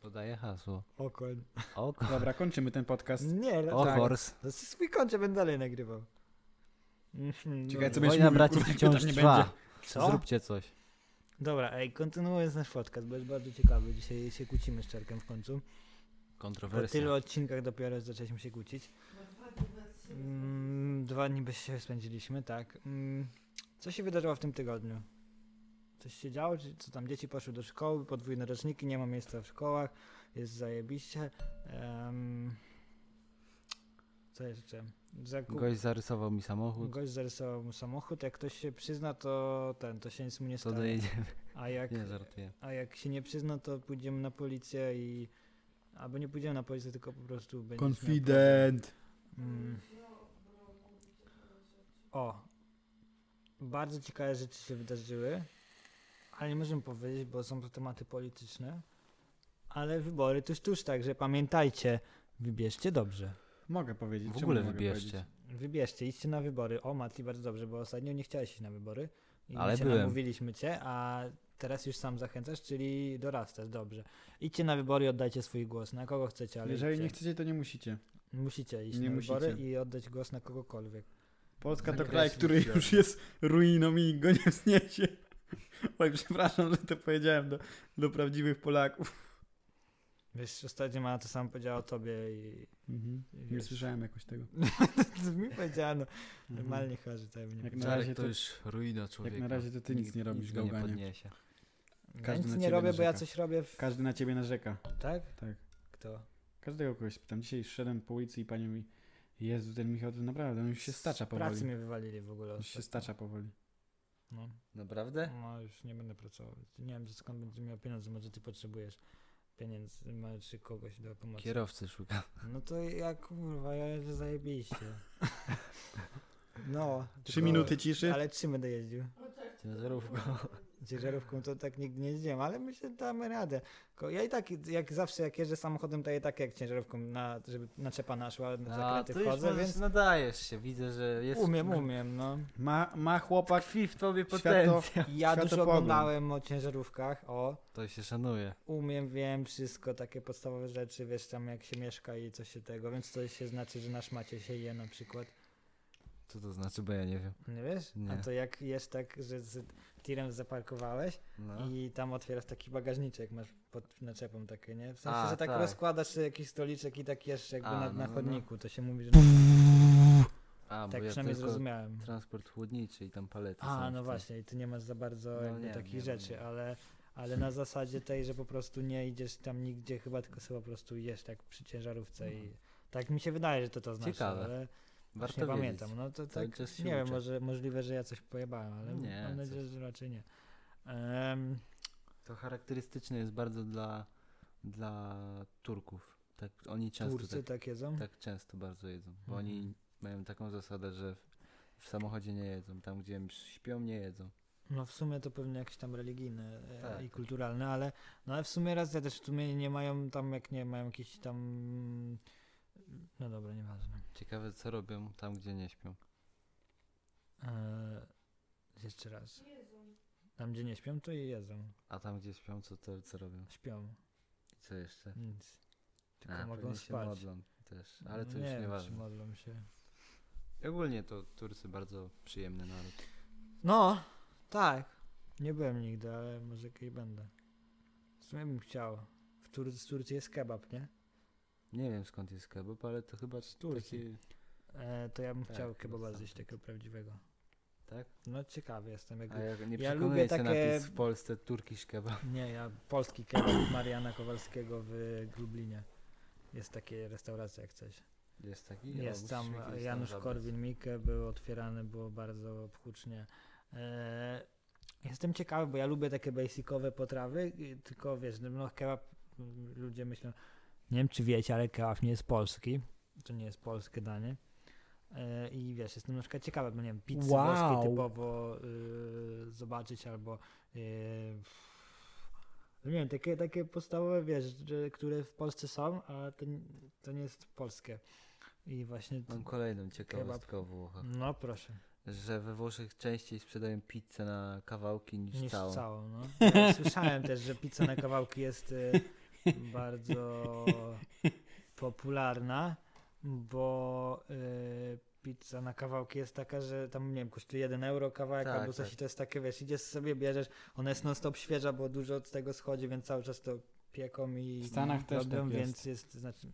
[SPEAKER 3] Podaję hasło.
[SPEAKER 1] okoń.
[SPEAKER 3] Okoń.
[SPEAKER 2] Dobra, kończymy ten podcast.
[SPEAKER 1] Nie, no
[SPEAKER 3] O
[SPEAKER 1] tak.
[SPEAKER 3] horse.
[SPEAKER 1] To jest swój kończę będę dalej nagrywał. Mhm,
[SPEAKER 2] Czekaj, co
[SPEAKER 1] dobra.
[SPEAKER 2] będziesz
[SPEAKER 3] Wojna
[SPEAKER 2] mówił,
[SPEAKER 3] braci
[SPEAKER 2] kurwa, jak
[SPEAKER 3] wciąż
[SPEAKER 2] tam nie
[SPEAKER 3] trwa.
[SPEAKER 1] Co?
[SPEAKER 3] Zróbcie coś.
[SPEAKER 1] Dobra, ej, kontynuując nasz podcast, bo jest bardzo ciekawy, dzisiaj się kłócimy z Czarkiem w końcu. Po
[SPEAKER 3] Kontrowersja.
[SPEAKER 1] tylu odcinkach dopiero zaczęliśmy się kłócić. Mm, dwa dni bez się spędziliśmy, tak. Mm, co się wydarzyło w tym tygodniu? Coś się działo? Czy, co tam dzieci poszły do szkoły, podwójne roczniki, nie ma miejsca w szkołach, jest zajebiście. Em, co jeszcze? Zakup...
[SPEAKER 3] Gość zarysował mi samochód.
[SPEAKER 1] Gość zarysował mu samochód, jak ktoś się przyzna, to ten, to się nic mu nie
[SPEAKER 3] Co
[SPEAKER 1] stanie.
[SPEAKER 2] (laughs)
[SPEAKER 3] dojedzie?
[SPEAKER 1] A jak,
[SPEAKER 3] Nie żartuję.
[SPEAKER 1] a jak się nie przyzna, to pójdziemy na policję i... Albo nie pójdziemy na policję, tylko po prostu będzie miał
[SPEAKER 2] Konfident.
[SPEAKER 1] Mm. O. Bardzo ciekawe rzeczy się wydarzyły, ale nie możemy powiedzieć, bo są to tematy polityczne. Ale wybory tuż, tuż, także tak, pamiętajcie, wybierzcie dobrze.
[SPEAKER 2] Mogę powiedzieć.
[SPEAKER 3] W
[SPEAKER 2] czemu
[SPEAKER 3] ogóle
[SPEAKER 2] nie mogę
[SPEAKER 3] wybierzcie.
[SPEAKER 1] Wybierzcie, idźcie na wybory. O, Mati, bardzo dobrze, bo ostatnio nie chciałeś iść na wybory. I
[SPEAKER 3] Ale
[SPEAKER 1] cię
[SPEAKER 3] byłem.
[SPEAKER 1] Namówiliśmy cię, a teraz już sam zachęcasz, czyli dorastasz, dobrze. Idźcie na wybory i oddajcie swój głos, na kogo chcecie, ale
[SPEAKER 2] Powiedzieć. Jeżeli
[SPEAKER 1] idźcie.
[SPEAKER 2] nie chcecie, to nie musicie.
[SPEAKER 1] Musicie iść
[SPEAKER 2] Nie
[SPEAKER 1] na wybory
[SPEAKER 2] musicie.
[SPEAKER 1] i oddać głos na kogokolwiek.
[SPEAKER 2] Polska to
[SPEAKER 1] Zakreślić
[SPEAKER 2] kraj, który
[SPEAKER 1] się.
[SPEAKER 2] już jest ruiną i go nie wzniesie. (laughs) Oj, przepraszam, że to powiedziałem do, do prawdziwych Polaków.
[SPEAKER 1] Wiesz, ostatnio mama to samo powiedziała o tobie i...
[SPEAKER 2] Nie
[SPEAKER 1] Wiesz.
[SPEAKER 2] słyszałem jakoś tego.
[SPEAKER 1] (laughs) to mi powiedziano.
[SPEAKER 2] (laughs)
[SPEAKER 1] Normalnie chorzy tutaj mnie.
[SPEAKER 2] Jak na razie
[SPEAKER 3] Czarek
[SPEAKER 2] to,
[SPEAKER 3] to już ruina człowieka.
[SPEAKER 2] jak na razie to ty nic nie robisz,
[SPEAKER 3] nic go nie
[SPEAKER 2] gałganie.
[SPEAKER 3] podniesie.
[SPEAKER 1] Ja
[SPEAKER 2] każdy
[SPEAKER 1] nic
[SPEAKER 2] na
[SPEAKER 1] nie
[SPEAKER 2] ciebie
[SPEAKER 1] robię, bo ja
[SPEAKER 2] narzeka.
[SPEAKER 1] coś robię w...
[SPEAKER 2] Każdy na ciebie narzeka.
[SPEAKER 1] Tak?
[SPEAKER 2] Tak.
[SPEAKER 1] Kto?
[SPEAKER 2] Każdego kogoś pytam. Dzisiaj szedłem po ulicy i pani mi Jezu, ten Michał to naprawdę, on już się stacza
[SPEAKER 1] Z pracy
[SPEAKER 2] powoli.
[SPEAKER 1] mnie wywalili w ogóle.
[SPEAKER 2] Już się
[SPEAKER 1] ostatnio.
[SPEAKER 2] stacza powoli.
[SPEAKER 1] No.
[SPEAKER 3] Naprawdę?
[SPEAKER 1] no, już nie będę pracował. Nie wiem, skąd będę miał pieniądze, może ty potrzebujesz pieniędzy, ma- czy kogoś do pomocy.
[SPEAKER 2] (laughs)
[SPEAKER 3] Kierowcy szuka.
[SPEAKER 1] No to ja kurwa, ja jeżdżę zajebiście. No.
[SPEAKER 2] Trzy
[SPEAKER 1] tylko-
[SPEAKER 2] minuty ciszy.
[SPEAKER 1] Ale czym będę jeździł?
[SPEAKER 3] Ciężarówką.
[SPEAKER 1] Ciężarówką to tak nigdy nie jeździłem, ale myślę, że damy radę. Tylko Ja i tak, jak zawsze, jak jeżdżę samochodem, to ja i tak jak ciężarówką, na, żeby naczepa naszła, na
[SPEAKER 2] (laughs)
[SPEAKER 3] No, A,
[SPEAKER 1] zakręty
[SPEAKER 3] to już
[SPEAKER 1] wchodzę,
[SPEAKER 3] możesz,
[SPEAKER 1] więc
[SPEAKER 3] nadajesz się. Widzę, że jest...
[SPEAKER 1] umiem, umiem, no.
[SPEAKER 2] Ma, ma chłopak
[SPEAKER 3] Tkwi w tobie
[SPEAKER 2] światło...
[SPEAKER 3] potencjał.
[SPEAKER 1] Ja dużo
[SPEAKER 2] Światopogląd.
[SPEAKER 1] oglądałem o ciężarówkach, o,
[SPEAKER 3] To się szanuje.
[SPEAKER 1] umiem, wiem wszystko, takie podstawowe rzeczy, wiesz tam jak się mieszka i coś się tego, więc to się znaczy, że nasz macie się je na przykład.
[SPEAKER 3] Co to znaczy, bo ja nie wiem.
[SPEAKER 1] Nie wiesz?
[SPEAKER 3] Nie.
[SPEAKER 1] A to jak jesz tak, że z tirem zaparkowałeś,
[SPEAKER 3] No.
[SPEAKER 1] I tam otwierasz taki bagażniczek, masz pod naczepą takie, nie? W sensie,
[SPEAKER 3] A,
[SPEAKER 1] że tak,
[SPEAKER 3] tak.
[SPEAKER 1] rozkładasz sobie jakiś stoliczek i tak jesz jakby
[SPEAKER 3] A,
[SPEAKER 1] na,
[SPEAKER 3] no,
[SPEAKER 1] na
[SPEAKER 3] no, no.
[SPEAKER 1] chodniku, to się mówi, że...
[SPEAKER 3] A,
[SPEAKER 1] Tak
[SPEAKER 3] bo ja
[SPEAKER 1] przynajmniej
[SPEAKER 3] tylko
[SPEAKER 1] zrozumiałem.
[SPEAKER 3] transport chłodniczy i tam palety
[SPEAKER 1] A,
[SPEAKER 3] są
[SPEAKER 1] no
[SPEAKER 3] w tym.
[SPEAKER 1] właśnie, i ty nie masz za bardzo
[SPEAKER 3] No
[SPEAKER 1] jakby
[SPEAKER 3] nie,
[SPEAKER 1] takich
[SPEAKER 3] nie, no
[SPEAKER 1] rzeczy,
[SPEAKER 3] nie.
[SPEAKER 1] ale, ale na zasadzie tej, że po prostu nie idziesz tam nigdzie chyba, tylko sobie po prostu jesz tak przy ciężarówce i tak mi się wydaje, że to to znaczy,
[SPEAKER 3] Mhm. Ciekawe.
[SPEAKER 1] ale
[SPEAKER 3] Warto
[SPEAKER 1] nie
[SPEAKER 3] wiedzieć.
[SPEAKER 1] pamiętam. No to
[SPEAKER 3] Cały
[SPEAKER 1] tak,
[SPEAKER 3] czas się
[SPEAKER 1] nie wiem,
[SPEAKER 3] uczę.
[SPEAKER 1] może, możliwe, że ja coś pojebałem, ale
[SPEAKER 3] Nie,
[SPEAKER 1] mam nadzieję,
[SPEAKER 3] coś.
[SPEAKER 1] że raczej nie. Em,
[SPEAKER 3] To charakterystyczne jest bardzo dla, dla Turków. Tak, oni często
[SPEAKER 1] Turcy tak jedzą?
[SPEAKER 3] tak, tak często bardzo jedzą,
[SPEAKER 1] Mhm.
[SPEAKER 3] bo oni mają taką zasadę, że w, w samochodzie nie jedzą, tam gdzie śpią nie jedzą.
[SPEAKER 1] No w sumie to pewnie jakieś tam religijne e,
[SPEAKER 3] Tak.
[SPEAKER 1] i kulturalne, ale, no ale w sumie racja też w sumie nie mają tam, jak nie mają jakiś tam... No dobra, nieważne.
[SPEAKER 3] Ciekawe co robią tam gdzie nie śpią.
[SPEAKER 1] E, jeszcze raz. Tam, gdzie nie śpią, to je jedzą.
[SPEAKER 3] A tam gdzie śpią co to co robią?
[SPEAKER 1] Śpią.
[SPEAKER 3] I co jeszcze?
[SPEAKER 1] Nic. Tylko
[SPEAKER 3] A,
[SPEAKER 1] mogą
[SPEAKER 3] pewnie się
[SPEAKER 1] spać.
[SPEAKER 3] modlą też, ale to
[SPEAKER 1] No
[SPEAKER 3] już
[SPEAKER 1] wiem, czy
[SPEAKER 3] nieważne.
[SPEAKER 1] modlą się.
[SPEAKER 3] Ogólnie to Turcy bardzo przyjemny naród.
[SPEAKER 1] No, tak. Nie byłem nigdy, ale może kiedyś będę. W sumie bym chciał. W Tur- z Turcji jest kebab, nie?
[SPEAKER 3] Nie wiem skąd jest kebab, ale to chyba z
[SPEAKER 1] Turcji. E, to ja bym
[SPEAKER 3] Tak,
[SPEAKER 1] chciał
[SPEAKER 3] chyba
[SPEAKER 1] kebaba
[SPEAKER 3] stamtąd.
[SPEAKER 1] zjeść takiego prawdziwego.
[SPEAKER 3] Tak?
[SPEAKER 1] No ciekawy jestem. Jak...
[SPEAKER 3] A jak nie
[SPEAKER 1] Ja
[SPEAKER 3] ja
[SPEAKER 1] lubię
[SPEAKER 3] przekonuje cię
[SPEAKER 1] takie-
[SPEAKER 3] napis w Polsce Turkish kebab.
[SPEAKER 1] Nie, ja polski kebab Mariana Kowalskiego w Lublinie. Jest takie restauracja jak coś.
[SPEAKER 3] Jest taki? O,
[SPEAKER 1] Jest
[SPEAKER 3] musisz
[SPEAKER 1] tam
[SPEAKER 3] mi kiedyś tam
[SPEAKER 1] Janusz
[SPEAKER 3] zabrać.
[SPEAKER 1] Korwin-Mikke, był otwierany, było bardzo hucznie. E, Jestem ciekawy, bo ja lubię takie basicowe potrawy, i tylko wiesz, no, no kebab, m, ludzie myślą, nie wiem czy wiecie, ale kebab nie jest polski, to nie jest polskie danie. E, I wiesz, jestem na przykład ciekawy, bo nie wiem, pizzy
[SPEAKER 2] Wow.
[SPEAKER 1] włoskie typowo y, zobaczyć albo y, no nie wiem, takie, takie podstawowe, wiesz, że, które w Polsce są, a to, n- to nie jest polskie. I właśnie, t-
[SPEAKER 3] Mam kolejną ciekawostkę o Włochach.
[SPEAKER 1] no proszę,
[SPEAKER 3] Że we Włoszech częściej sprzedają pizzę na kawałki niż,
[SPEAKER 1] niż
[SPEAKER 3] całą.
[SPEAKER 1] całą,
[SPEAKER 3] (laughs)
[SPEAKER 1] no. Ja słyszałem też, że pizza na kawałki jest y, bardzo popularna, bo y, pizza na kawałki jest taka, że tam, nie wiem, kosztuje 1 euro kawałek
[SPEAKER 3] Tak,
[SPEAKER 1] albo coś
[SPEAKER 3] tak.
[SPEAKER 1] i to jest takie, wiesz, idziesz sobie, bierzesz, ona jest non-stop świeża, bo dużo z tego schodzi, więc cały czas to pieką i
[SPEAKER 2] W Stanach też
[SPEAKER 1] robią,
[SPEAKER 2] tak jest.
[SPEAKER 1] więc jest, znaczy,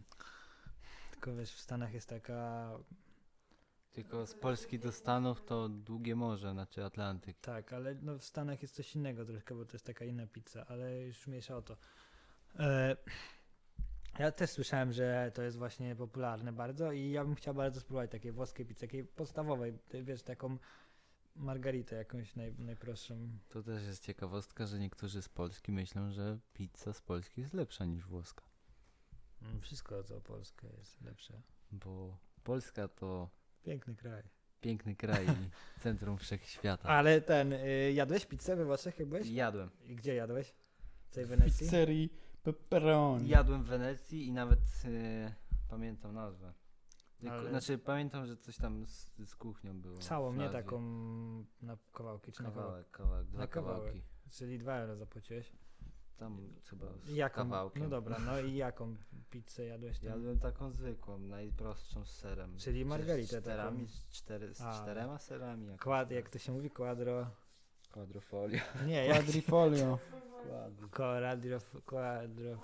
[SPEAKER 1] tylko wiesz, w Stanach jest taka,
[SPEAKER 3] Tylko z Polski do Stanów to długie morze, znaczy Atlantyk.
[SPEAKER 1] tak, ale no w Stanach jest coś innego troszkę, bo to jest taka inna pizza, ale już mniejsza o to. E, ja też słyszałem, że to jest właśnie popularne bardzo i ja bym chciał bardzo spróbować takiej włoskiej pizzy, takiej podstawowej, ty wiesz, taką margaritę jakąś naj, najprostszą.
[SPEAKER 3] To też jest ciekawostka, że niektórzy z Polski myślą, że pizza z Polski jest lepsza niż włoska.
[SPEAKER 1] Mm, Wszystko co polskie jest lepsze.
[SPEAKER 3] Bo Polska to
[SPEAKER 1] Piękny kraj.
[SPEAKER 3] piękny kraj
[SPEAKER 1] (laughs)
[SPEAKER 3] i centrum wszechświata.
[SPEAKER 1] Ale ten, y, jadłeś pizzę we Włoszech jak byłeś?
[SPEAKER 3] Jadłem.
[SPEAKER 1] I Gdzie jadłeś? W tej
[SPEAKER 2] W
[SPEAKER 1] Wenecji?
[SPEAKER 2] pizzerii pepperoni.
[SPEAKER 3] Jadłem w Wenecji i nawet e, pamiętam nazwę. Jako,
[SPEAKER 1] Ale-
[SPEAKER 3] Znaczy pamiętam, że coś tam z, z kuchnią było.
[SPEAKER 1] Całą,
[SPEAKER 3] w
[SPEAKER 1] nie
[SPEAKER 3] nazwie.
[SPEAKER 1] taką na kawałki czy na kawałek.
[SPEAKER 3] Kawałek, kawałek, dwa
[SPEAKER 1] Na kawałek.
[SPEAKER 3] kawałki.
[SPEAKER 1] Czyli 2 euro zapłaciłeś.
[SPEAKER 3] Tam chyba z
[SPEAKER 1] Jaką?
[SPEAKER 3] kawałkiem.
[SPEAKER 1] No dobra, no i jaką pizzę jadłeś tam?
[SPEAKER 3] Jadłem taką zwykłą, najprostszą z serem.
[SPEAKER 1] Czyli
[SPEAKER 3] Czy
[SPEAKER 1] margaritę
[SPEAKER 3] Z, czterami,
[SPEAKER 1] taką.
[SPEAKER 3] z, cztery, z
[SPEAKER 1] A.
[SPEAKER 3] czterema serami. jakoś
[SPEAKER 1] Kład,
[SPEAKER 3] tak.
[SPEAKER 1] jak to się mówi, quadro.
[SPEAKER 3] Quadrofolio.
[SPEAKER 1] Nie, jak
[SPEAKER 2] Quadrifolio.
[SPEAKER 1] quadro, quadro, quadro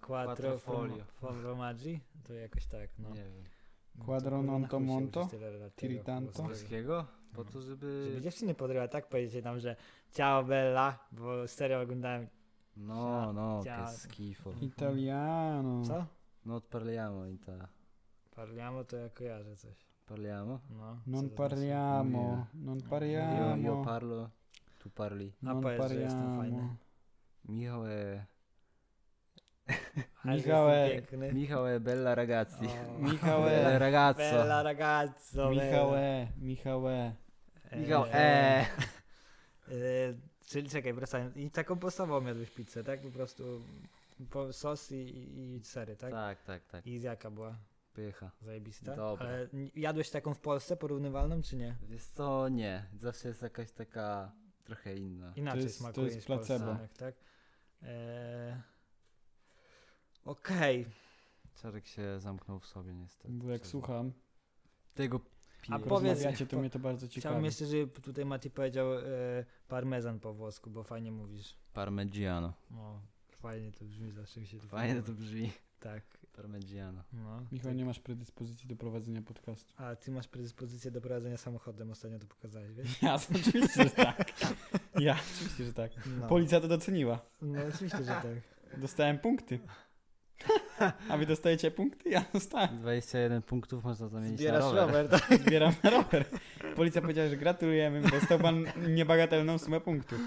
[SPEAKER 3] Quattrofolio.
[SPEAKER 1] formaggi? To jakoś tak, no.
[SPEAKER 3] Nie wiem.
[SPEAKER 1] No to
[SPEAKER 2] Quadro
[SPEAKER 1] kurwa, na
[SPEAKER 2] non to
[SPEAKER 1] chuj się
[SPEAKER 2] monto?
[SPEAKER 1] uczy tyle lat tego
[SPEAKER 2] Tiritanto?
[SPEAKER 1] włoskiego.
[SPEAKER 3] Polskiego? Po
[SPEAKER 1] No.
[SPEAKER 3] to,
[SPEAKER 1] Żeby
[SPEAKER 3] żeby...
[SPEAKER 1] dziewczyny podryła, tak powiecie tam, że ciao bella, bo serio oglądałem,
[SPEAKER 3] No, no,
[SPEAKER 1] Cia-
[SPEAKER 3] che schifo.
[SPEAKER 2] Italiano.
[SPEAKER 1] co?
[SPEAKER 3] No, parliamo in ta...
[SPEAKER 1] Parliamo to ja kojarzę coś.
[SPEAKER 3] Parliamo?
[SPEAKER 1] No,
[SPEAKER 2] Non
[SPEAKER 1] co to znaczy?
[SPEAKER 2] parliamo. Non
[SPEAKER 3] Io, io
[SPEAKER 2] parliamo.
[SPEAKER 3] parlo, tu parli.
[SPEAKER 1] A
[SPEAKER 2] Non
[SPEAKER 1] No, powiedz, że jestem
[SPEAKER 2] parliamo.
[SPEAKER 1] fajny.
[SPEAKER 3] Michał e...
[SPEAKER 1] Ale
[SPEAKER 2] Michał,
[SPEAKER 1] jestem
[SPEAKER 2] e,
[SPEAKER 1] piękny.
[SPEAKER 3] Michał e bella ragazzi.
[SPEAKER 1] O.
[SPEAKER 2] Michałe.
[SPEAKER 1] (laughs)
[SPEAKER 3] Bella ragazzo.
[SPEAKER 1] Bella ragazzo. bella.
[SPEAKER 2] Michałe. Michałe.
[SPEAKER 3] Michał
[SPEAKER 1] E,
[SPEAKER 3] e...
[SPEAKER 1] e, czyli czekaj, wracając. I taką podstawową jadłeś pizzę, tak? Po prostu po sos i, i, i sery, tak?
[SPEAKER 3] Tak, tak, tak.
[SPEAKER 1] I z jaka była?
[SPEAKER 3] Pycha.
[SPEAKER 1] Zajebista?
[SPEAKER 3] Dobra. Tak.
[SPEAKER 1] Ale n- jadłeś taką w Polsce porównywalną, czy nie?
[SPEAKER 3] Wiesz co, nie. Zawsze jest jakaś taka trochę inna.
[SPEAKER 1] Inaczej
[SPEAKER 2] jest- to
[SPEAKER 1] smakuje
[SPEAKER 2] jest
[SPEAKER 1] niż w Polsce,
[SPEAKER 2] placebo.
[SPEAKER 1] tak, tak? E, Okej.
[SPEAKER 3] Czarek się zamknął w sobie niestety.
[SPEAKER 2] Bo jak
[SPEAKER 3] Przez-
[SPEAKER 2] słucham,
[SPEAKER 3] Tego
[SPEAKER 1] A
[SPEAKER 3] pije.
[SPEAKER 1] powiedz-
[SPEAKER 2] rozmawiacie, to
[SPEAKER 1] po-
[SPEAKER 2] mnie to bardzo
[SPEAKER 1] Chciałbym
[SPEAKER 2] ciekawi.
[SPEAKER 1] jeszcze, żeby tutaj Mati powiedział e, parmezan po włosku, bo fajnie mówisz.
[SPEAKER 3] Parmigiano.
[SPEAKER 1] No, fajnie to brzmi, zawsze mi się to
[SPEAKER 3] Fajnie
[SPEAKER 1] podoba.
[SPEAKER 3] to brzmi.
[SPEAKER 1] Tak.
[SPEAKER 3] Parmigiano.
[SPEAKER 1] No.
[SPEAKER 2] Michał, nie masz predyspozycji do prowadzenia
[SPEAKER 1] (laughs)
[SPEAKER 2] podcastu.
[SPEAKER 1] A ty masz predyspozycję do prowadzenia samochodem, ostatnio to pokazałeś, wiesz?
[SPEAKER 2] Ja, oczywiście, że tak. (laughs) Ja, oczywiście, że tak.
[SPEAKER 1] No,
[SPEAKER 2] Policja to doceniła.
[SPEAKER 1] no oczywiście, że tak. (laughs)
[SPEAKER 2] Dostałem punkty. (laughs) A wy dostajecie punkty? Ja dostałem.
[SPEAKER 3] 21 punktów można zamienić
[SPEAKER 1] Zbierasz
[SPEAKER 3] na rower.
[SPEAKER 1] (laughs) rower. tak?
[SPEAKER 2] Zbieram rower. Policja powiedziała, że gratulujemy, dostał pan niebagatelną sumę punktów.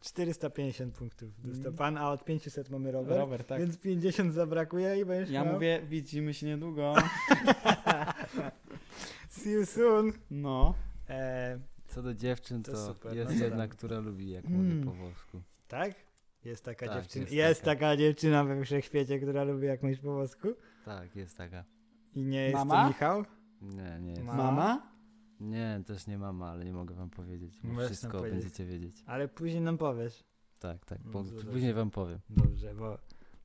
[SPEAKER 1] 450 punktów dostał
[SPEAKER 2] Mm.
[SPEAKER 1] pan, a od 500 mamy Mhm. rower,
[SPEAKER 2] Rower, tak.
[SPEAKER 1] więc 50 zabrakuje i będziesz
[SPEAKER 2] Ja
[SPEAKER 1] miał...
[SPEAKER 2] mówię, widzimy się niedługo.
[SPEAKER 1] See you soon.
[SPEAKER 2] No.
[SPEAKER 1] E,
[SPEAKER 3] Co do dziewczyn,
[SPEAKER 1] To
[SPEAKER 3] to,
[SPEAKER 1] super,
[SPEAKER 3] jest
[SPEAKER 1] no to
[SPEAKER 3] jedna,
[SPEAKER 1] tak.
[SPEAKER 3] która lubi, jak
[SPEAKER 2] Mm.
[SPEAKER 3] mówię po włosku.
[SPEAKER 1] tak? Jest taka
[SPEAKER 3] Tak,
[SPEAKER 1] dziewczyna. Jest,
[SPEAKER 3] jest
[SPEAKER 1] taka.
[SPEAKER 3] taka.
[SPEAKER 1] dziewczyna we wszechświecie, która lubi jak mówisz po włosku.
[SPEAKER 3] Tak, jest taka.
[SPEAKER 1] I nie jest
[SPEAKER 2] Mama?
[SPEAKER 1] to Michał.
[SPEAKER 3] Nie, nie jest.
[SPEAKER 1] Ma-
[SPEAKER 2] Mama?
[SPEAKER 3] Nie, też nie mama, ale nie mogę wam powiedzieć, bo
[SPEAKER 1] Możesz nam
[SPEAKER 3] wszystko
[SPEAKER 1] powiedzieć.
[SPEAKER 3] będziecie wiedzieć.
[SPEAKER 1] Ale później nam powiesz.
[SPEAKER 3] Tak, tak,
[SPEAKER 1] No,
[SPEAKER 3] po,
[SPEAKER 1] zgadza się.
[SPEAKER 3] później wam powiem.
[SPEAKER 1] Dobrze, bo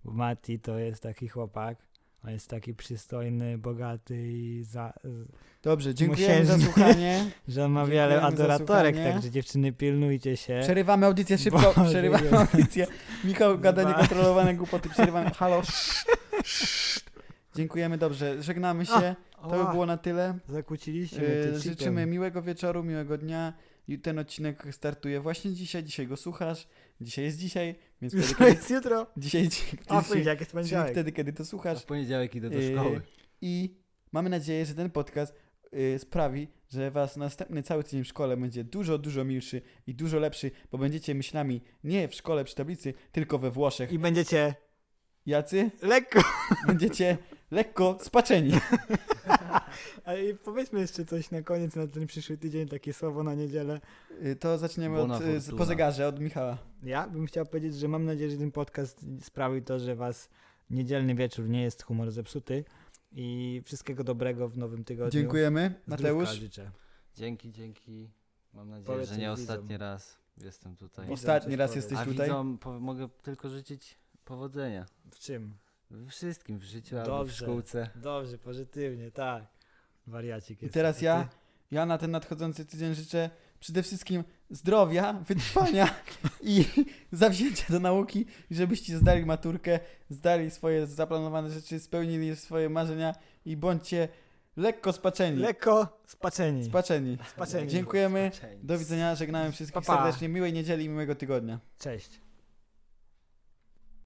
[SPEAKER 1] bo Mati to jest taki chłopak. On jest taki przystojny, bogaty i za, z-
[SPEAKER 2] Dobrze, dziękujemy
[SPEAKER 1] Musiałem-
[SPEAKER 2] za słuchanie.
[SPEAKER 1] że on ma
[SPEAKER 2] Dziękujemy
[SPEAKER 1] wiele
[SPEAKER 2] za
[SPEAKER 1] adoratorek,
[SPEAKER 2] słuchanie.
[SPEAKER 1] także dziewczyny pilnujcie się.
[SPEAKER 2] Przerywamy audycję szybko.
[SPEAKER 1] Boże,
[SPEAKER 2] Przerywamy
[SPEAKER 1] Jezu.
[SPEAKER 2] audycję. Michał gada
[SPEAKER 1] Dwa.
[SPEAKER 2] niekontrolowane głupoty. Przerywamy. Halo. Dziękujemy, dobrze. Żegnamy się. To by było na tyle.
[SPEAKER 1] Zakłóciliście mnie
[SPEAKER 2] Yy,
[SPEAKER 1] ty
[SPEAKER 2] Życzymy miłego wieczoru, miłego dnia. I ten odcinek startuje właśnie dzisiaj. Dzisiaj go słuchasz. Dzisiaj jest dzisiaj,
[SPEAKER 1] (laughs)
[SPEAKER 2] więc wtedy,
[SPEAKER 1] Jutro
[SPEAKER 2] kiedy,
[SPEAKER 1] jest jutro.
[SPEAKER 2] dzisiaj,
[SPEAKER 1] A w
[SPEAKER 2] dzisiaj,
[SPEAKER 1] poniedziałek jest
[SPEAKER 2] czyli
[SPEAKER 1] poniedziałek.
[SPEAKER 2] wtedy, kiedy to
[SPEAKER 3] A
[SPEAKER 2] słuchasz.
[SPEAKER 3] w poniedziałek idę do
[SPEAKER 2] Yy,
[SPEAKER 3] szkoły.
[SPEAKER 2] I mamy nadzieję, że ten podcast yy, sprawi, że was następny cały tydzień w szkole będzie dużo, dużo milszy i dużo lepszy, bo będziecie myślami nie w szkole przy tablicy, tylko we Włoszech.
[SPEAKER 1] I będziecie
[SPEAKER 2] Jacy? (laughs)
[SPEAKER 1] lekko.
[SPEAKER 2] Będziecie lekko spaczeni. (laughs)
[SPEAKER 1] A i powiedzmy jeszcze coś na koniec, na ten przyszły tydzień, takie słowo na niedzielę.
[SPEAKER 2] Yy, To zaczniemy
[SPEAKER 3] Buona
[SPEAKER 2] od, yy, z-
[SPEAKER 3] fortuna.
[SPEAKER 2] po zegarze, od Michała.
[SPEAKER 1] Ja bym chciał powiedzieć, że mam nadzieję, że ten podcast sprawił to, że was niedzielny wieczór nie jest humor zepsuty i wszystkiego dobrego w nowym tygodniu.
[SPEAKER 2] Dziękujemy.
[SPEAKER 1] Zdrówka
[SPEAKER 2] Mateusz?
[SPEAKER 1] Życzę.
[SPEAKER 3] Dzięki, dzięki. Mam nadzieję,
[SPEAKER 1] Powiedz
[SPEAKER 3] że
[SPEAKER 1] im
[SPEAKER 3] nie
[SPEAKER 1] widzom.
[SPEAKER 3] ostatni raz jestem tutaj.
[SPEAKER 1] Widzom
[SPEAKER 2] Ostatni
[SPEAKER 1] coś
[SPEAKER 2] raz
[SPEAKER 1] powiedz.
[SPEAKER 2] jesteś
[SPEAKER 3] A
[SPEAKER 2] tutaj?
[SPEAKER 3] widzom po- mogę tylko życzyć powodzenia.
[SPEAKER 1] W czym?
[SPEAKER 3] We wszystkim w życiu, albo w
[SPEAKER 1] Dobrze.
[SPEAKER 3] szkółce.
[SPEAKER 1] Dobrze, pozytywnie, tak. Wariacik
[SPEAKER 2] I
[SPEAKER 1] jest.
[SPEAKER 2] teraz ja, ja na ten nadchodzący tydzień życzę przede wszystkim zdrowia, (laughs) wytrwania i (laughs) zawzięcia do nauki, i żebyście zdali maturkę, zdali swoje zaplanowane rzeczy, spełnili swoje marzenia i bądźcie lekko spaczeni.
[SPEAKER 1] Lekko spaczeni.
[SPEAKER 2] spaczeni.
[SPEAKER 1] Spaczeni.
[SPEAKER 2] Dziękujemy.
[SPEAKER 3] Cześć.
[SPEAKER 2] Do widzenia, żegnamy wszystkich
[SPEAKER 1] Pa, pa.
[SPEAKER 2] serdecznie. Miłej niedzieli i miłego tygodnia.
[SPEAKER 1] Cześć.